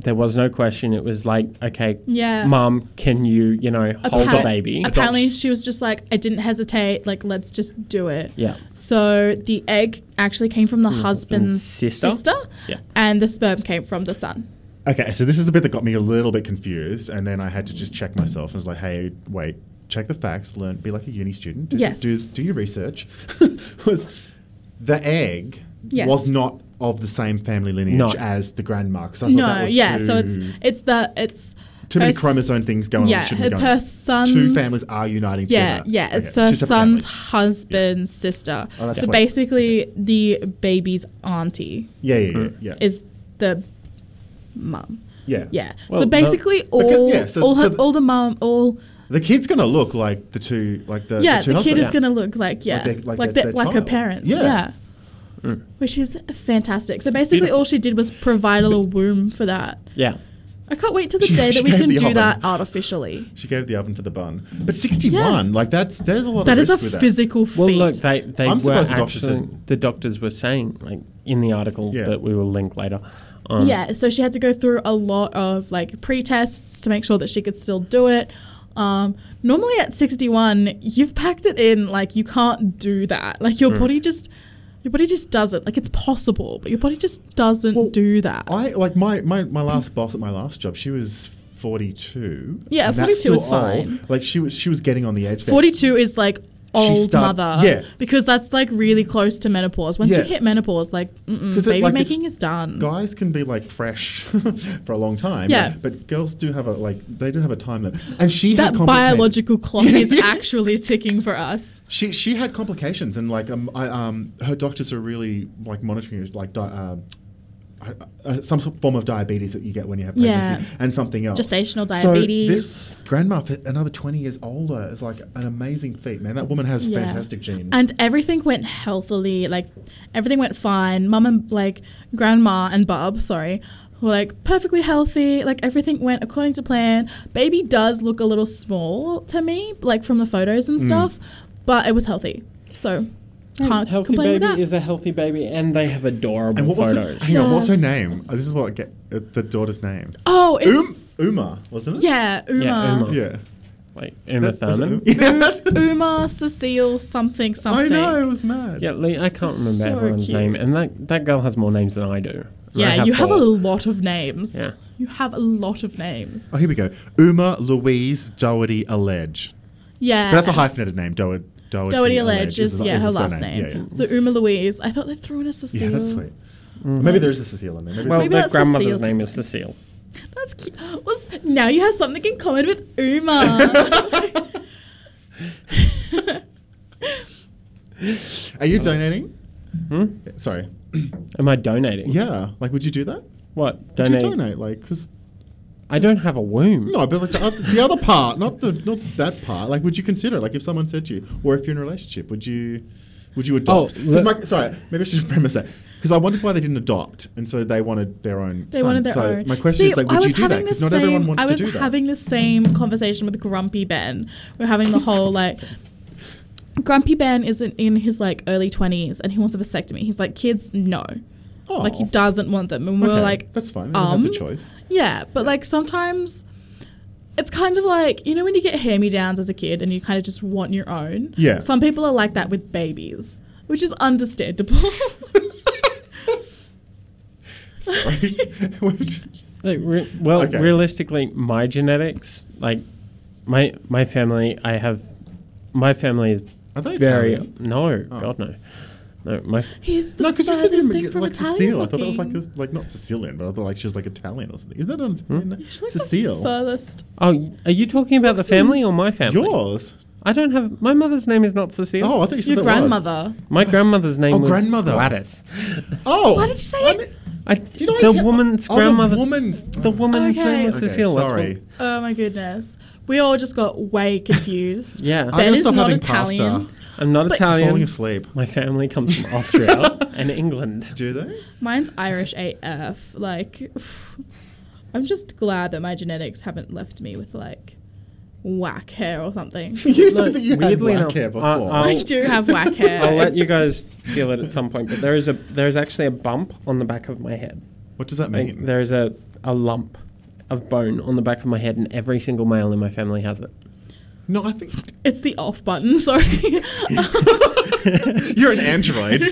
S1: there was no question. It was like, okay,
S2: Yeah.
S1: mom, can you, you know, hold the
S2: Appa-
S1: baby?
S2: Apparently, she was just like, I didn't hesitate. Like, let's just do it.
S1: Yeah.
S2: So the egg actually came from the husband's
S1: sister?
S2: sister,
S1: Yeah.
S2: and the sperm came from the son.
S3: Okay, so this is the bit that got me a little bit confused, and then I had to just check myself and was like, "Hey, wait, check the facts. Learn, be like a uni student. Do,
S2: Yes.
S3: do, do your research." <laughs> was the egg
S2: Yes.
S3: was not of the same family lineage
S1: No.
S3: as the grandma? 'cause I thought that
S2: No,
S3: was
S2: yeah.
S3: too,
S2: So it's it's the it's
S3: too many
S2: her s-
S3: chromosome things going on.
S2: yeah,
S3: that shouldn't be
S2: it's
S3: going
S2: her
S3: on.
S2: son's
S3: Two families are uniting
S2: Yeah,
S3: together.
S2: yeah. It's
S3: Okay,
S2: her
S3: two separate
S2: son's
S3: families.
S2: husband's sister.
S3: Oh, that's
S2: so
S3: sweet.
S2: basically, the baby's auntie
S3: Yeah, yeah,
S2: Hmm.
S3: yeah. yeah.
S2: is the mum.
S3: yeah.
S2: Yeah.
S1: Well,
S2: so
S1: the-
S2: basically, all
S3: Because- yeah, so-
S2: all her,
S3: so the-
S2: all the mum all
S3: The kid's gonna look like the two, like the
S2: yeah
S3: the, two
S2: the, kid
S3: husbands.
S2: is gonna look like yeah
S3: their-
S2: like
S3: like
S2: like,
S3: their-
S2: the-
S3: their
S2: like her
S3: child.
S2: parents
S3: Yeah. Mm.
S2: yeah. Which is fantastic. So basically, all she did was provide a little womb for that.
S1: Yeah.
S2: I can't wait to the
S3: She-
S2: day
S3: she
S2: that we
S3: gave
S2: can
S3: the
S2: do
S3: oven.
S2: that artificially.
S3: She gave the oven for the bun, but sixty-one,
S2: Yeah.
S3: like that's there's a lot.
S2: That
S3: of
S2: is a
S3: risk with
S2: physical feat.
S1: Well, look, they they
S3: I'm
S1: were
S3: surprised the
S1: actually
S3: doctor said-
S1: the doctors were saying like in the article
S3: Yeah.
S1: that we will link later. Um,
S2: yeah, so she had to go through a lot of like pre-tests to make sure that she could still do it. Um, normally at 61, you've packed it in like you can't do that. Like
S3: Mm.
S2: your body just your body just doesn't. Like it's possible, but your body just doesn't
S3: Well,
S2: do that.
S3: I like my, my my last boss at my last job. She was forty-two.
S2: Yeah,
S3: and
S2: 42 is
S3: still old.
S2: fine.
S3: Like she was she was getting on the edge. there.
S2: 42 is like old
S3: start-
S2: mother.
S3: yeah.
S2: Because that's like really close to menopause. Once
S3: Yeah.
S2: you hit menopause, like mm-mm,
S3: 'Cause it-
S2: baby
S3: like, it's-
S2: making is done.
S3: guys can be like fresh <laughs> for a long time.
S2: Yeah.
S3: But girls do have a like they do have a time limit. And she had
S2: that
S3: complica- <laughs>
S2: biological clock
S3: Yeah,
S2: is
S3: yeah.
S2: actually ticking for us.
S3: She she had complications and like um I, um her doctors are really like monitoring her, like di- uh, I- uh, some sort of form of diabetes that you get when you have pregnancy
S2: Yeah.
S3: and something else.
S2: Gestational
S3: So this grandma, for another 20 years older, is like an amazing feat, man. That woman has
S2: Yeah.
S3: fantastic genes.
S2: And everything went healthily, like everything went fine. Mum and like grandma and Bob, sorry, were like perfectly healthy. Like everything went according to plan. Baby does look a little small to me, like from the photos
S1: Mm.
S2: and stuff, but it was healthy. So can't
S1: healthy
S2: complain with
S1: baby
S2: that.
S1: is a healthy baby, and they have adorable
S3: And what was the,
S1: photos.
S3: hang on, what's her
S2: Yes.
S3: name? Oh, this is what I get, uh, the daughter's name.
S2: oh,
S3: Um,
S2: it's
S3: Uma, wasn't it?
S2: yeah, Uma,
S1: Yeah, Uma.
S3: Yeah.
S1: like Uma
S3: That- was it
S1: Thurman.
S3: Uma? <laughs> Yeah.
S2: Uma, Cecile, something,
S3: I
S2: something.
S3: know, it was mad.
S1: Yeah, Lee, I can't remember
S2: So
S1: everyone's
S2: cute.
S1: name, and that that girl has more names than I do. And I
S2: Yeah, you have a
S1: four.
S2: lot of names.
S1: Yeah.
S2: You have a lot of names.
S3: Oh, here we go. Uma Louise Doherty Allege.
S2: Yeah.
S3: But that's a hyphenated name, Doherty. Doherty,
S2: Doherty Ledge is, yeah, her
S3: its
S2: last
S3: surname.
S2: name.
S3: Yeah, yeah.
S2: So Uma Louise. I thought they threw in a Cecile.
S3: Yeah, that's sweet. Maybe there is a Cecile in there. Maybe
S1: Mm-hmm. Well,
S3: it's-
S2: Maybe
S1: their
S2: that's
S1: grandmother's
S2: Cecile's
S1: name is Cecile.
S2: That's cute. Well, s- now you have something in common with Uma. <laughs>
S3: are
S1: uh,
S3: you donating? Hmm? Sorry.
S1: Am I donating?
S3: Yeah. Like, would you do that?
S1: What
S3: Would
S1: donate?
S3: you donate? Like, because
S1: I don't have a womb.
S3: No, but like the, oth- the other part, not the not that part. Like, would you consider it? Like, if someone said to you, or if you're in a relationship, would you would you adopt? 'Cause
S1: look-
S3: my- sorry, maybe I should premise that because I wondered why they didn't adopt, and so they wanted their own.
S2: they
S3: son.
S2: wanted their
S3: so
S2: own.
S3: My question
S2: See,
S3: is, like,
S2: I
S3: would you
S2: was
S3: do that?
S2: having the
S3: Because not everyone
S2: same-
S3: wants
S2: I
S3: to
S2: was
S3: do that.
S2: having the same conversation with Grumpy Ben. We're having the
S3: <laughs>
S2: whole like. Grumpy Ben isn't in his like early twenties, and he wants a vasectomy. He's like, kids, no.
S3: oh,
S2: Like he doesn't want them, and we're
S3: okay,
S2: like,
S3: that's fine. Everyone has a
S2: um,
S3: choice.
S2: Yeah, but like sometimes it's kind of like, you know, when you get hand me downs as a kid and you kind of just want your own?
S3: Yeah.
S2: Some people are like that with babies, which is understandable.
S3: <laughs> Sorry.
S1: Like, re- well,
S3: Okay.
S1: realistically, my genetics, like my my family, I have my family is
S3: Are they
S1: very
S3: Italian?
S1: no,
S3: Oh.
S1: God no, no. My
S2: <laughs> He's the
S3: No, because you said
S2: furthest
S3: you
S2: thing
S3: it's
S2: from
S3: like
S2: Italian
S3: Cecile. I thought it was like
S2: looking.
S3: this, like not Sicilian, but I thought like she was like Italian or something. Isn't that an Italian?
S2: She's like the
S3: Cecile?
S2: furthest.
S1: oh, are you talking about the
S2: Looks
S1: family or my family?
S3: Yours?
S1: I don't have my mother's name is not Cecile.
S3: Oh, I thought you said
S2: Your
S3: that was.
S2: grandmother.
S1: My grandmother's name
S3: Oh,
S1: was
S3: grandmother.
S1: Gladys.
S3: Oh,
S2: Why did you say
S3: I
S2: it?
S3: mean-
S1: I,
S3: Did I
S1: the
S3: hear-
S1: woman's
S3: oh,
S1: grandmother.
S3: The woman's.
S1: The woman's
S2: Okay.
S1: name was
S3: Okay,
S1: Cecile. that's
S3: sorry.
S1: what-
S2: Oh my goodness. We all just got way
S3: <laughs>
S2: confused.
S1: yeah,
S3: I'm
S1: I,
S2: I-
S3: gonna
S2: is
S3: stop
S2: not
S3: having
S2: Italian.
S3: pasta.
S1: am not
S2: but-
S1: Italian.
S3: Falling asleep.
S1: My family comes from
S2: <laughs>
S1: Austria and England.
S3: Do they?
S2: Mine's Irish AF. Like, <sighs> I'm just glad that my genetics haven't left me with like whack hair or something.
S3: You
S1: Look,
S3: said that you had
S1: weirdly
S3: black
S1: enough,
S3: hair
S1: I-
S3: before.
S1: I'll-
S2: I do have
S3: <laughs>
S2: whack hair.
S1: I'll let you
S2: It's-
S1: guys feel it at some point, but there is a there is actually a bump on the back of my head.
S3: what does that
S1: Like,
S3: mean?
S1: there is a, a lump of bone on the back of my head, and every single male in my family has it.
S3: no, I think <laughs>
S2: It's the off button. <laughs> Sorry.
S3: you're an android.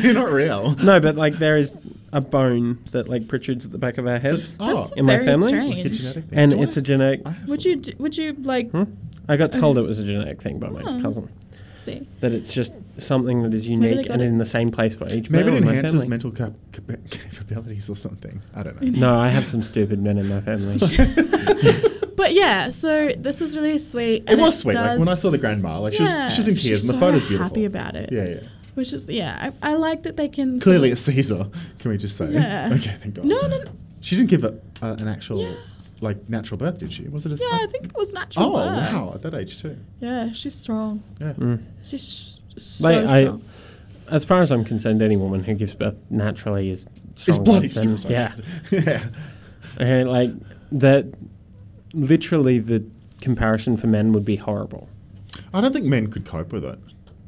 S3: <laughs> you're not real.
S1: No, but like there is a bone that like protrudes at the back of our heads.
S2: <laughs>
S3: Oh,
S2: That's
S1: In my
S2: very
S1: family?
S3: like a
S2: strange.
S3: genetic thing.
S1: And
S3: Do I-
S1: it's a genetic.
S3: I have
S2: Would
S3: some-
S2: you d- would you like
S1: Hmm? I got told it was a genetic thing by my
S2: Oh.
S1: cousin.
S2: speak?
S1: That it's just something that is
S2: they
S1: unique
S2: got
S1: and
S2: it-
S1: in the same place for each
S3: Maybe
S1: male
S3: it
S1: in my
S3: enhances
S1: family.
S3: mental cap- <laughs> cap- capabilities or something. I don't know.
S1: no, I have some stupid men in my family.
S3: <laughs>
S2: But yeah, so this was really sweet.
S3: It
S2: and
S3: was sweet. Like when I
S2: does-
S3: saw the grandma, like she was,
S2: yeah,
S3: she was in
S2: she's
S3: tears, and the
S2: sorta
S3: photo's beautiful.
S2: Happy about it.
S3: yeah, yeah.
S2: Which is yeah, I, I like that they can sort
S3: Clearly,
S2: of-
S3: it's Caesar. Can we just say?
S2: Yeah.
S3: <laughs> Okay, thank God.
S2: No, no, no.
S3: She didn't give it uh, an actual,
S2: Yeah.
S3: like, natural birth, did she? Was it a?
S2: Yeah, I think it was natural.
S3: Oh
S2: birth.
S3: wow, at that age too.
S2: Yeah, she's strong.
S3: Yeah.
S2: She's s- so
S1: Hmm. Like, I-
S2: strong.
S1: as far as I'm concerned, any woman who gives birth naturally is
S3: It's
S1: stronger
S3: bloody
S1: than
S3: stupid.
S1: yeah.
S3: Oh, <laughs> yeah.
S1: And like that, literally the comparison for men would be horrible.
S3: I don't think men could cope with it.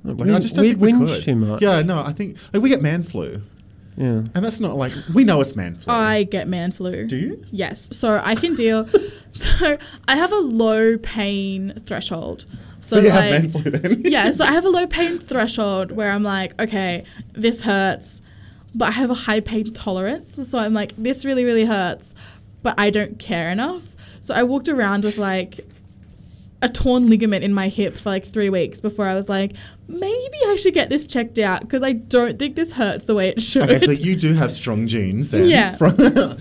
S3: Like, I
S1: we-
S3: just don't
S1: we'd
S3: think we
S1: whinge
S3: could.
S1: too much.
S3: Yeah, no, I think like we get man flu,
S1: Yeah.
S3: and that's not like we know it's man flu.
S2: I get man flu.
S3: Do you?
S2: Yes. So I can
S3: <laughs>
S2: deal. so I have a low pain threshold. So,
S3: So, you
S2: like,
S3: have man flu then?
S2: <laughs> yeah, so I have a low pain threshold where I'm like, okay, this hurts, but I have a high pain tolerance. So I'm like, this really, really hurts, but I don't care enough. So I walked around with like a torn ligament in my hip for like three weeks before I was like, maybe I should get this checked out because I don't think this hurts the way it should.
S3: Okay, so you do have strong genes then.
S2: Yeah.
S3: <laughs> From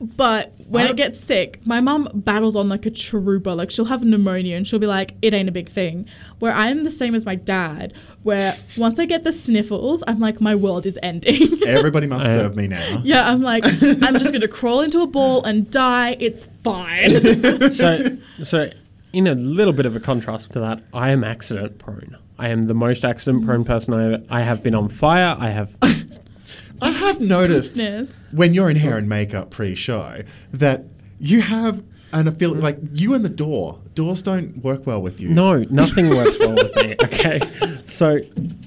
S2: But when
S3: I-
S2: it gets sick, my mum battles on like a chalupa. Like she'll have pneumonia and she'll be like, it ain't a big thing. Where I'm the same as my dad, where once I get the sniffles, I'm like, my world is ending. <laughs>
S3: everybody must
S1: I-
S3: serve me now.
S2: yeah, I'm like, I'm just going to crawl into a ball and die. It's
S3: <laughs>
S2: fine.
S1: so, so in a little bit of a contrast to that, I am accident prone. I am the most accident
S3: Mm.
S1: prone person I I have been on fire. I have
S3: I have noticed
S2: Yes.
S3: when you're in hair and makeup pre-show that you have an affiliate like you and the door. Doors don't work well with you.
S1: no nothing works well with me. Okay, so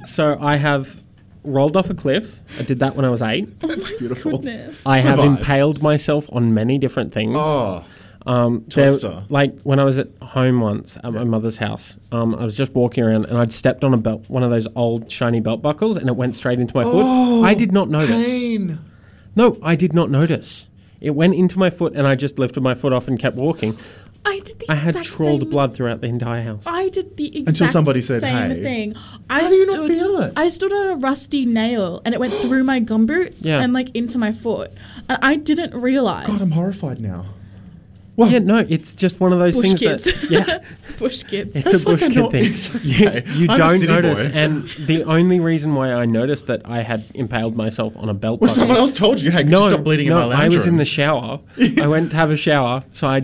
S1: so I have rolled off a cliff. I did that when I was eight.
S3: That's beautiful.
S2: Goodness.
S1: I have
S3: Survived.
S1: impaled myself on many different things.
S3: Oh,
S1: Um, there-
S3: Toaster.
S1: like when I was at home once at my mother's house, um, I was just walking around and I'd stepped on a belt, one of those old shiny belt buckles, and it went straight into my foot. I did not notice.
S3: Oh, pain.
S1: No, I did not notice. It went into my foot, and I just lifted my foot off and kept walking.
S2: I did the
S1: I had
S2: exact
S1: trailed
S2: same
S1: blood throughout the entire house.
S2: I did the exact
S3: Until somebody said,
S2: same
S3: "Hey."
S2: thing. I
S3: How do you
S2: stood,
S3: not feel it?
S2: I stood on a rusty nail and it went through my gumboots
S1: Yeah.
S2: and like into my foot. And I didn't realize.
S3: God, I'm horrified now. What?
S1: Yeah, no, it's just one of those
S2: Bush
S1: things
S2: kids. <laughs>
S1: that <laughs> yeah,
S2: Bush kids.
S1: it's
S3: That's
S1: a
S3: like
S1: bush
S3: a
S1: kid
S3: no-
S1: thing.
S3: <laughs> it's
S1: You,
S3: okay.
S1: you
S3: I'm a
S1: don't
S3: city boy.
S1: notice, and the only reason why I noticed that I had impaled myself on a belt.
S3: Well,
S1: buckle-
S3: someone else told you, hey, could
S1: No,
S3: you stop bleeding
S1: no,
S3: in my
S1: I
S3: lounge
S1: was in
S3: room?
S1: the shower. I went to have a shower, so I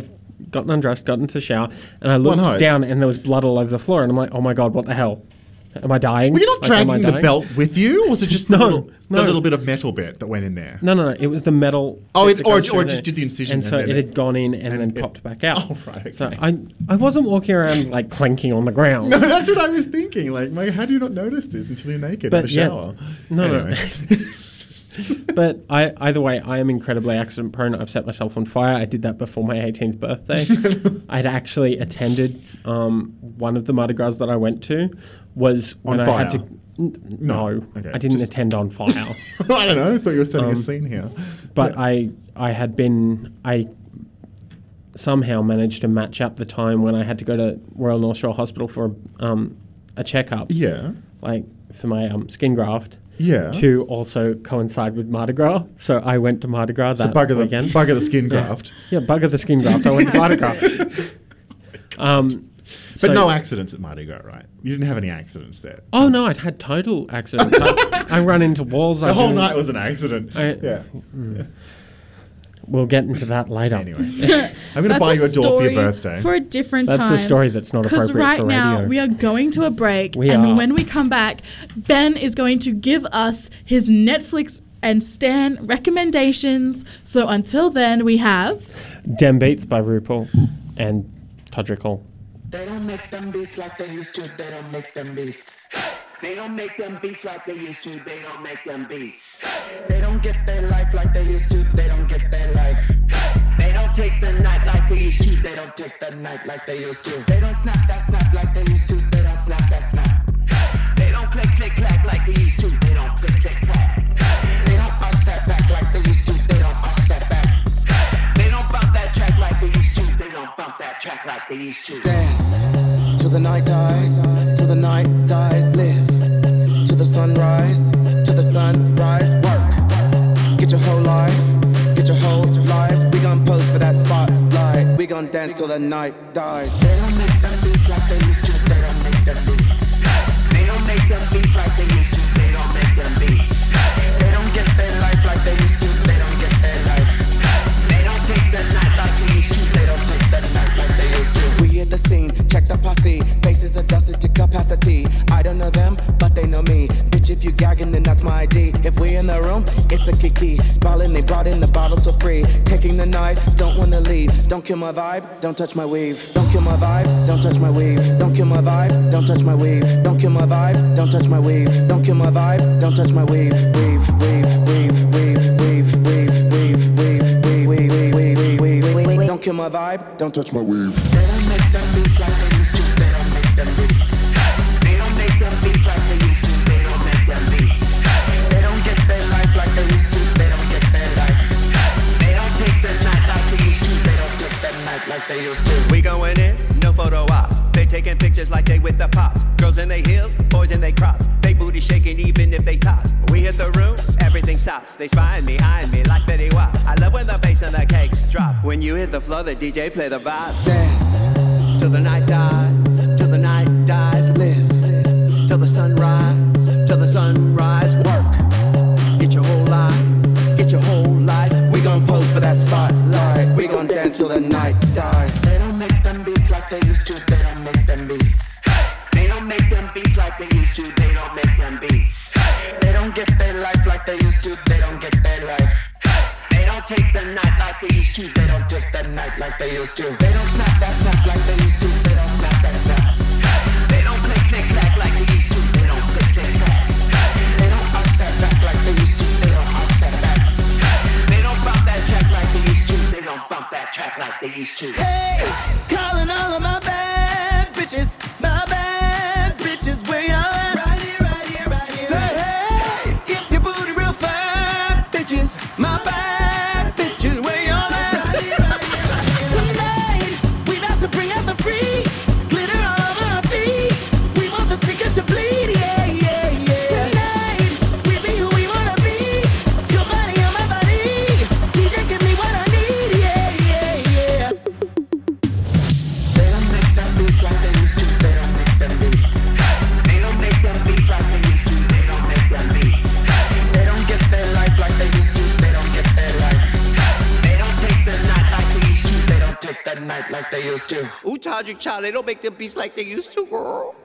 S1: gotten undressed, got into the shower, and I
S3: hose.
S1: looked down, and there was blood all over the floor, and I'm like, oh my god, what the hell? Am I dying?
S3: Were you not
S1: Like, am I
S3: dragging the
S1: dying?
S3: belt with you, or was it just the,
S1: No,
S3: little, the
S1: no.
S3: little bit of metal bit that went in there?
S1: No, no, no. It was the metal.
S3: Oh,
S1: bit
S3: it-
S1: that
S3: or
S1: goes
S3: it-
S1: through
S3: or it just
S1: there.
S3: did the incision
S1: and
S3: and
S1: so it
S3: then it-
S1: had gone in and,
S3: and
S1: then
S3: it-
S1: popped back out.
S3: <laughs> Oh, right,
S1: So
S3: okay.
S1: I, I wasn't walking around like clanking on the
S3: <laughs>
S1: ground.
S3: No, <laughs> that's what I was thinking. Like, my, how do you not notice this until you're naked in
S1: But
S3: the
S1: yeah.
S3: shower?
S1: No, no.
S3: Anyway.
S1: <laughs> But I, either way, I am incredibly accident prone. I've set myself on fire. I did that before my 18th
S3: <laughs>
S1: birthday. I'd actually attended um, one of the Mardi Gras that I went to was when
S3: On
S1: I had to.
S3: fire?
S1: n-
S3: No.
S1: No,
S3: Okay,
S1: I didn't
S3: just-
S1: attend on
S3: <laughs>
S1: fire.
S3: I don't know. I thought you were setting a scene here.
S1: but I I had been I somehow managed to match up the time when I had to go to Royal North Shore Hospital for um, a checkup,
S3: Yeah.
S1: like for my um, skin graft,
S3: Yeah.
S1: to also coincide with Mardi Gras. So I went to Mardi Gras
S3: So
S1: that
S3: bugger the,
S1: weekend.
S3: bugger the <laughs> skin graft.
S1: yeah, bugger the skin graft. I went to Mardi
S3: <laughs>
S1: Gras. Um,
S3: But no accidents at Mardi Gras, right? You didn't have any accidents there.
S1: Oh no! I'd had total
S3: <laughs>
S1: accidents. I, I run into walls.
S3: The
S1: I
S3: whole
S1: do-
S3: night was an accident.
S1: I-
S3: yeah.
S1: We'll get into that later.
S3: <laughs> Anyway, I'm going to buy you a
S2: That's
S3: door for your
S2: story
S3: birthday.
S2: For a different
S1: That's
S2: time.
S1: a story that's not
S2: Because
S1: appropriate
S2: right
S1: for radio.
S2: now we are going to a break,
S1: We
S2: and
S1: are.
S2: when we come back, Ben is going to give us his Netflix and Stan recommendations. So until then, we have
S1: Dem Beats by RuPaul and Todrickle.
S7: They don't make them beats like they used to. They don't make them beats. They don't make them beats like they used to. They don't make them beats. They don't get their life like they used to. They don't get their life. They don't take the night like they used to. They don't take the night like they used to. They don't snap that snap like they used to. They don't snap that snap. They don't click click clack like they used to. They don't click click clack. They don't arch that back like they used to. They don't arch that back. They don't bump that track like they used to. They don't bump that track like they used to.
S8: dance till the night dies till the night dies live till the sunrise till the sunrise work get your whole life get your whole life we gon' pose for that spotlight we gon' dance till the night dies
S7: They don't make them beats like they used to. They don't make them beats. They don't make them beats like they used to. They don't make them beats. They don't get their life like they used to. They don't get their life. They don't take the night like they used to. They don't take the night like they used to.
S8: we at the scene, check the posse. Faces adjusted to capacity. I don't know them, but they know me. Bitch, if you gagging, then that's my ID. If we in the room, it's a kiki. Ballin', they brought in the bottles for free. Taking the night, don't wanna leave. Don't kill my vibe, don't touch my weave. Don't kill my vibe, don't touch my weave. Don't kill my vibe, don't touch my weave. Don't kill my vibe, don't touch my weave. Don't kill my vibe, don't touch my weave. Weave, weave, weave, weave, weave, weave, weave, weave, weave, weave, weave, weave, weave, weave, weave. Don't kill my vibe, don't touch my weave.
S7: They don't make them beats like they used to. They don't make them beats. They don't make them beats like they used to. They don't make them beats. They don't get their life like they used to. They don't get their life. They don't take the night like they used to. They don't take the night like they used to.
S9: We going in, no photo ops. They taking pictures like they with the pops. Girls in they heels, boys in they crops. They booty shaking even if they tops. We hit the room, everything stops. They spying me, eyeing me like Betty Wop. I love when the bass and the cakes drop. When you hit the floor, the DJ play the vibe.
S8: Dance,
S9: Till the night dies, till the night dies. Live, till the sunrise, till the sunrise. Work, get your whole life, get your whole life.
S8: we gon' pose for that spotlight. We gon' dance till the night dies.
S7: They don't make them beats like they used to. They don't make them beats. They don't make them beats like they used to. They don't make them beats. They don't get their life like they used to. They don't get their life. They don't take the night like they used to. They don't take the night like they used to. They don't snap that snap like they used to. They don't snap that snap. They don't click click clack like they used to. They don't click click clack. They don't arch that back like they used to. They don't arch that back. They don't bump that track like they used to. They don't bump that track like they used to.
S8: Hey, calling all of my bad bitches, my bad bitches, where y'all at? Right here, right here, right here. Say hey, if your booty real fine, bitches, my bad bitches, where y'all at? Right here, right here, right here. Tonight, we about to bring out the freaks, glitter all over our feet. We want the speakers to bleed, yeah, yeah, yeah. Tonight, we be who we wanna be. Your body on my body, DJ give me what I need, yeah, yeah, yeah.
S7: They don't make them beats like they used to. They don't make them beats. They don't make them beats like they used to. They don't make them beats. They don't get their life like they used to. They don't get their life. They don't take the night like they used to. They don't take the night like they used to.
S9: Ooh, Todrick Child, they don't make them beats like they used to, girl.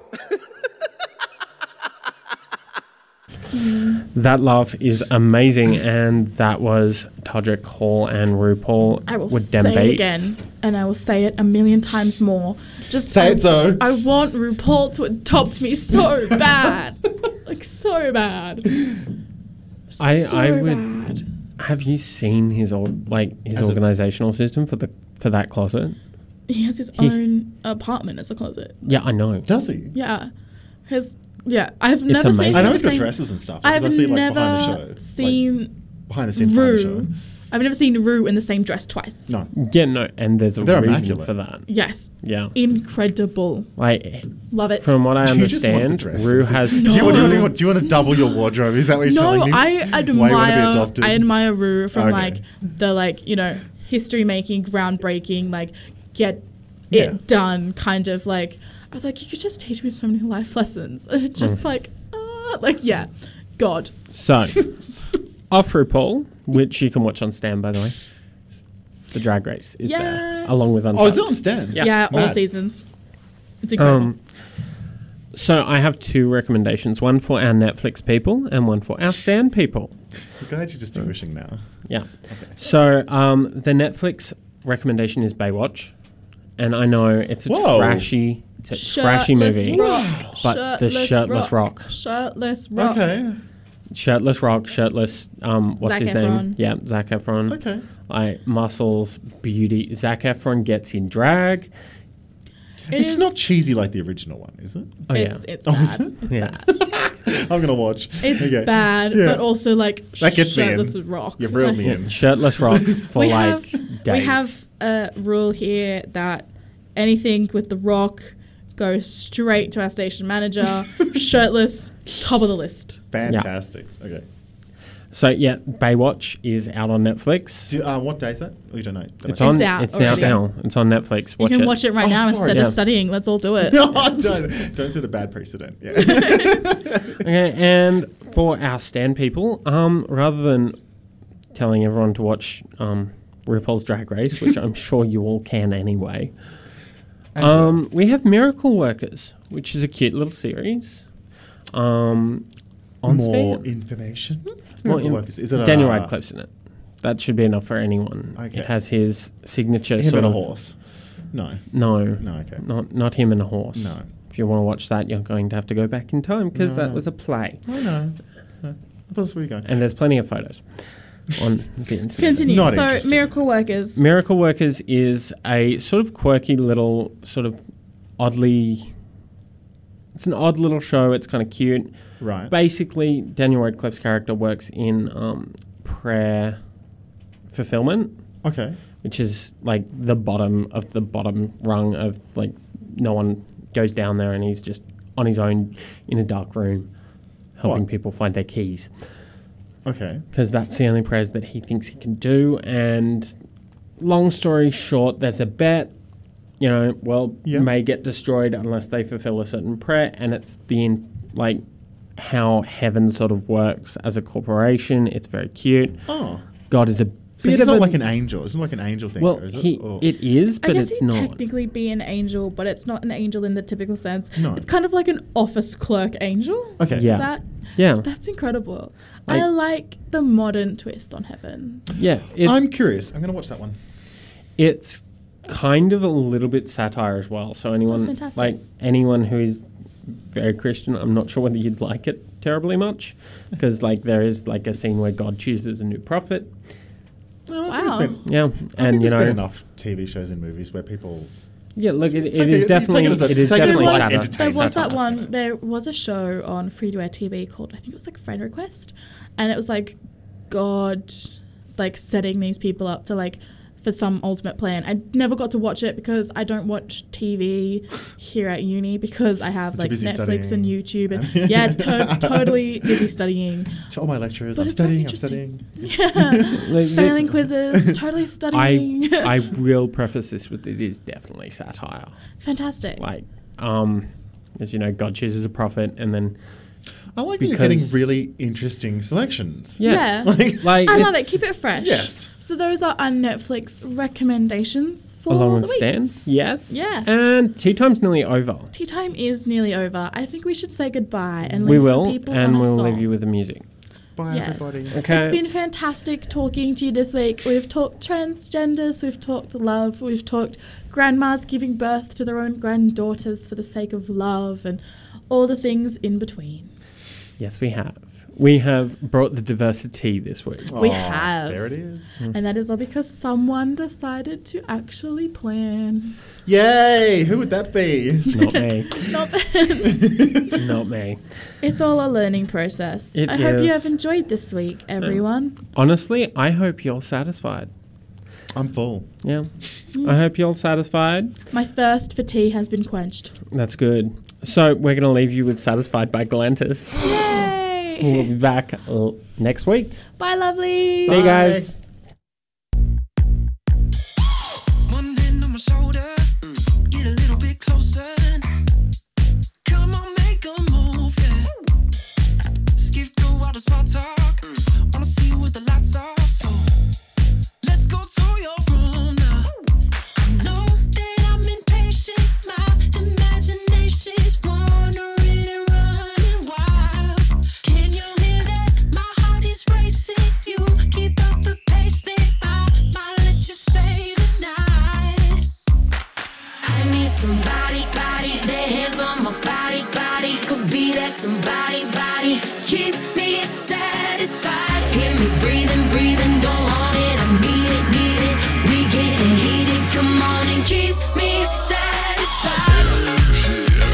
S1: That love is amazing, and that was Todrick Hall and RuPaul
S2: I will
S1: with
S2: say
S1: Dem
S2: it
S1: Bates.
S2: again, and I will say it a million times more. Just
S3: Say
S2: I,
S3: it, Zoe.
S2: I want RuPaul to adopt me
S3: <laughs>
S2: so bad, like so bad.
S1: I,
S2: so
S1: I would.
S2: bad.
S1: Have you seen his old like his
S3: As a-
S1: organizational system for the for that closet?
S2: He has his
S1: He-
S2: own apartment as a closet.
S1: Yeah, I know.
S3: Does he?
S2: Yeah, his yeah. I've never
S1: amazing.
S2: seen.
S3: I know
S2: the
S3: he's got
S2: same-
S3: dresses and stuff.
S2: I've
S3: because I see like
S2: never
S3: behind the show. like,
S2: seen
S3: behind the scenes behind the show.
S2: Rue. I've never seen Rue in the same dress twice.
S3: No.
S1: Yeah, no, and there's a
S3: They're
S1: reason
S3: immaculate.
S1: for that.
S2: Yes,
S1: Yeah,
S2: incredible.
S1: like
S2: Love it.
S1: from what I
S3: Do you just want the
S1: understand,
S3: dresses?
S1: Rue has.
S3: <laughs> Do, you, want- do, you,
S2: No.
S3: want- do you want to double your wardrobe? Is that what you're
S2: No,
S3: telling me?
S2: I
S3: Why you wanna be
S2: admire
S3: adopted?
S2: I admire Rue from
S3: Okay.
S2: like the like you know history making, groundbreaking, like get
S3: Yeah.
S2: it done kind of like. I was like, you could just teach me so many life lessons, <laughs> and it's
S3: Mm.
S2: just like, uh, like yeah, God.
S1: So, off RuPaul, which you can watch on Stan, by the way. The drag race is there
S2: Yes.
S1: along with
S3: Oh, is
S1: Untucked.
S3: it on Stan?
S1: Yeah.
S2: Yeah, all
S3: Mad.
S2: seasons. It's incredible.
S1: Um, so I have two recommendations: one for our Netflix people and one for our Stan people.
S3: I'm glad you're distinguishing now.
S1: Yeah. So um, the Netflix recommendation is Baywatch, and I know it's a
S3: Whoa.
S1: trashy, it's a trashy
S2: Shirtless
S1: movie.
S2: rock,
S1: But the Shirtless Rock.
S2: Shirtless rock.
S3: Okay.
S1: Shirtless Rock, shirtless. Um, what's
S2: Zac
S1: his name?
S2: Efron.
S1: Yeah, Zac Efron.
S3: Okay.
S1: Like muscles, beauty. Zac Efron gets in drag.
S2: It
S3: It's
S2: is-
S3: not cheesy like the original one, is it? <laughs>
S1: Oh
S2: it's
S1: yeah.
S2: it's
S3: Oh, is
S2: bad.
S3: it?
S2: It's
S1: Yeah.
S2: bad.
S3: I'm gonna watch.
S2: It's
S3: Okay.
S2: bad,
S3: Yeah.
S2: but also like
S3: That gets me in.
S2: shirtless rock.
S3: You've reeled
S2: Like, <laughs>
S3: me
S1: <laughs>
S3: in.
S1: Shirtless Rock for
S2: we
S1: like
S2: have
S1: days.
S2: we have a rule here that anything with the rock goes straight to our station
S3: <laughs>
S2: manager. shirtless, top of the list.
S3: Fantastic. Okay.
S1: So yeah, Baywatch is out on Netflix.
S3: Do, uh, what day is that? Oh, you don't know. Don't
S1: It's
S3: know.
S1: on.
S2: It's out
S1: It's out
S2: already.
S1: now. It's on Netflix. Watch
S2: you can
S1: it.
S2: watch it right
S3: Oh,
S2: now
S3: sorry.
S2: instead
S1: Yeah.
S2: of studying. Let's all do it.
S3: <laughs> <laughs> No, don't. Don't set a bad precedent.
S2: <laughs>
S3: Yeah.
S1: Okay, and for our stand people, um, rather than telling everyone to watch um, RuPaul's Drag Race, which I'm sure you all can anyway, um, we have Miracle Workers, which is a cute little series. Um, on
S3: more
S1: Steam.
S3: information. It's
S1: More
S3: more
S1: in-
S3: work. Is it a,
S1: Daniel Radcliffe's in it. That should be enough for anyone.
S3: Okay.
S1: It has his signature
S3: Him
S1: sort
S3: and a
S1: of
S3: horse. No.
S1: No,
S3: No, okay.
S1: not not him and a horse.
S3: No.
S1: If you want to watch that, you're going to have to go back in time because
S3: No,
S1: that
S3: no.
S1: was a play,
S3: No, no. no. I thought that's where you're going.
S1: and there's plenty of photos on the internet.
S2: Continue.
S3: Not
S2: so,
S3: interested.
S2: miracle workers.
S1: Miracle Workers is a sort of quirky little, sort of oddly. It's an odd little show. It's kind of cute.
S3: right.
S1: Basically, Daniel Radcliffe's character works in um, prayer fulfillment,
S3: okay.
S1: which is like the bottom of the bottom rung of like no one goes down there, and he's just on his own in a dark room, helping
S3: What?
S1: people find their keys
S3: Okay.
S1: because that's the only prayers that he thinks he can do. And long story short, there's a bet. You know, well,
S3: Yeah.
S1: may get destroyed unless they fulfill a certain prayer, and it's the in, like how heaven sort of works as a corporation. It's very cute.
S3: Oh.
S1: God is a
S3: So
S1: bit
S3: he's
S1: of
S3: not
S1: a,
S3: like an angel. It's not like an angel thing.
S1: well,
S3: though, is
S1: he
S3: it? Or-
S1: it is,
S2: I
S1: but
S2: guess
S1: it's
S2: he'd
S1: not.
S2: technically be an angel, but it's not an angel in the typical sense.
S3: No.
S2: It's kind of like an office clerk angel.
S3: okay.
S1: Yeah.
S2: Is that?
S1: yeah,
S2: That's incredible.
S1: I-
S2: I like the modern twist on heaven.
S1: yeah. It,
S3: I'm curious. I'm going to watch that one.
S1: it's kind of a little bit satire as well. So anyone
S2: That's fantastic.
S1: like anyone who is very Christian, I'm not sure whether you'd like it terribly much because like there is like a scene where God chooses a new prophet. Oh,
S3: No, I think
S2: Wow.
S3: there's been-
S1: Yeah,
S3: I
S1: and
S3: think
S1: you
S3: there's
S1: know,
S3: been enough TV shows and movies where people.
S1: yeah, look, it, it
S3: Take
S1: is
S3: it- take it
S1: definitely
S3: as a-
S1: it is
S3: take it as
S1: definitely
S3: a light
S1: satire.
S3: entertainment.
S2: there
S3: Taste
S2: was
S3: that
S2: that one. There was a show on free-to-air TV called I think it was like Friend Request, and it was like God, like setting these people up to like for some ultimate plan. I never got to watch it because I don't watch TV here at uni because I have
S3: Too
S2: like
S3: busy
S2: Netflix
S3: studying.
S2: and YouTube and yeah, to- totally busy studying.
S3: To all my lecturers,
S2: But
S3: I'm
S2: it's very
S3: studying. I'm
S2: interesting.
S3: studying.
S2: Yeah,
S1: Like, the-
S2: failing quizzes, totally
S1: I
S2: studying.
S1: I will preface this with it is definitely satire.
S2: <laughs> fantastic.
S1: Like, um, as you know, God chooses a prophet, and then
S3: I like that you're getting
S1: Because-
S3: really interesting selections.
S1: yeah,
S2: yeah.
S3: <laughs> Like,
S1: like
S2: I love it. Keep it fresh.
S3: Yes.
S2: So those are our Netflix recommendations for
S1: along
S2: the
S1: with
S2: week.
S1: Stan. Yes.
S2: Yeah.
S1: And tea time's nearly over.
S2: Tea time is nearly over. I think we should say goodbye and
S1: we
S2: leave some
S1: will,
S2: people on
S1: and
S2: a
S1: we'll
S2: song.
S1: leave you with the music.
S3: Bye,
S2: Yes.
S3: everybody.
S1: Okay.
S2: It's been fantastic talking to you this week. We've talked transgenders, we've talked love, we've talked grandmas giving birth to their own granddaughters for the sake of love and all the things in between.
S1: Yes, we have. We have brought the diversity this
S2: <laughs>
S1: week.
S2: We
S3: Aw,
S2: have.
S3: There it is.
S2: And that is all because someone decided to actually plan.
S3: Yay! Who would
S2: <laughs>
S3: that be?
S1: Not me.
S2: Not
S1: Not me.
S2: It's all a learning process.
S1: It
S2: I hope you
S1: is.
S2: have enjoyed this week, everyone.
S1: Honestly, I hope you're satisfied.
S3: I'm full.
S1: Yeah.
S2: Hmm.
S1: I hope you're satisfied.
S2: My thirst for tea has been quenched.
S1: That's good. So we're going to leave you with Satisfied by Galantis.
S2: Yay!
S1: We'll be back uh, next week.
S2: Bye, lovely.
S1: See you guys.
S6: One hand on my shoulder, get a little bit closer. Come on, make a move, yeah. Skip through all the small talk. Wanna see what the lights are, so let's go to your room now. I know that I'm impatient, my imagination's wandering and running wild. Can you hear that? My heart is racing. You keep up the pace, then I might let you stay tonight.
S10: I need somebody, body, their hands on my body, body. Could be that somebody, body. Keep me satisfied. Hear me breathing, breathing. Don't want it, I need it, need it. We getting heated. Come on and keep me satisfied.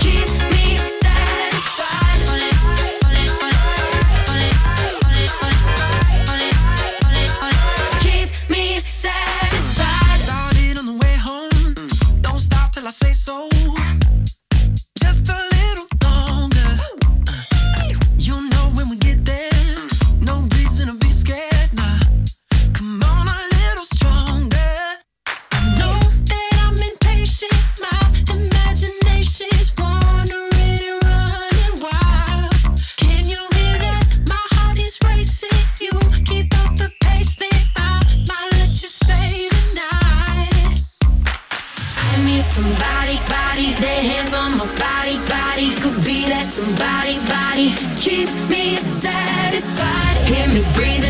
S10: Keep me satisfied. Keep me satisfied.
S6: Started on the way home. Don't stop till I say so. Just a little longer.
S10: body, body. Could be that somebody, body. Keep me satisfied. Hear me breathing.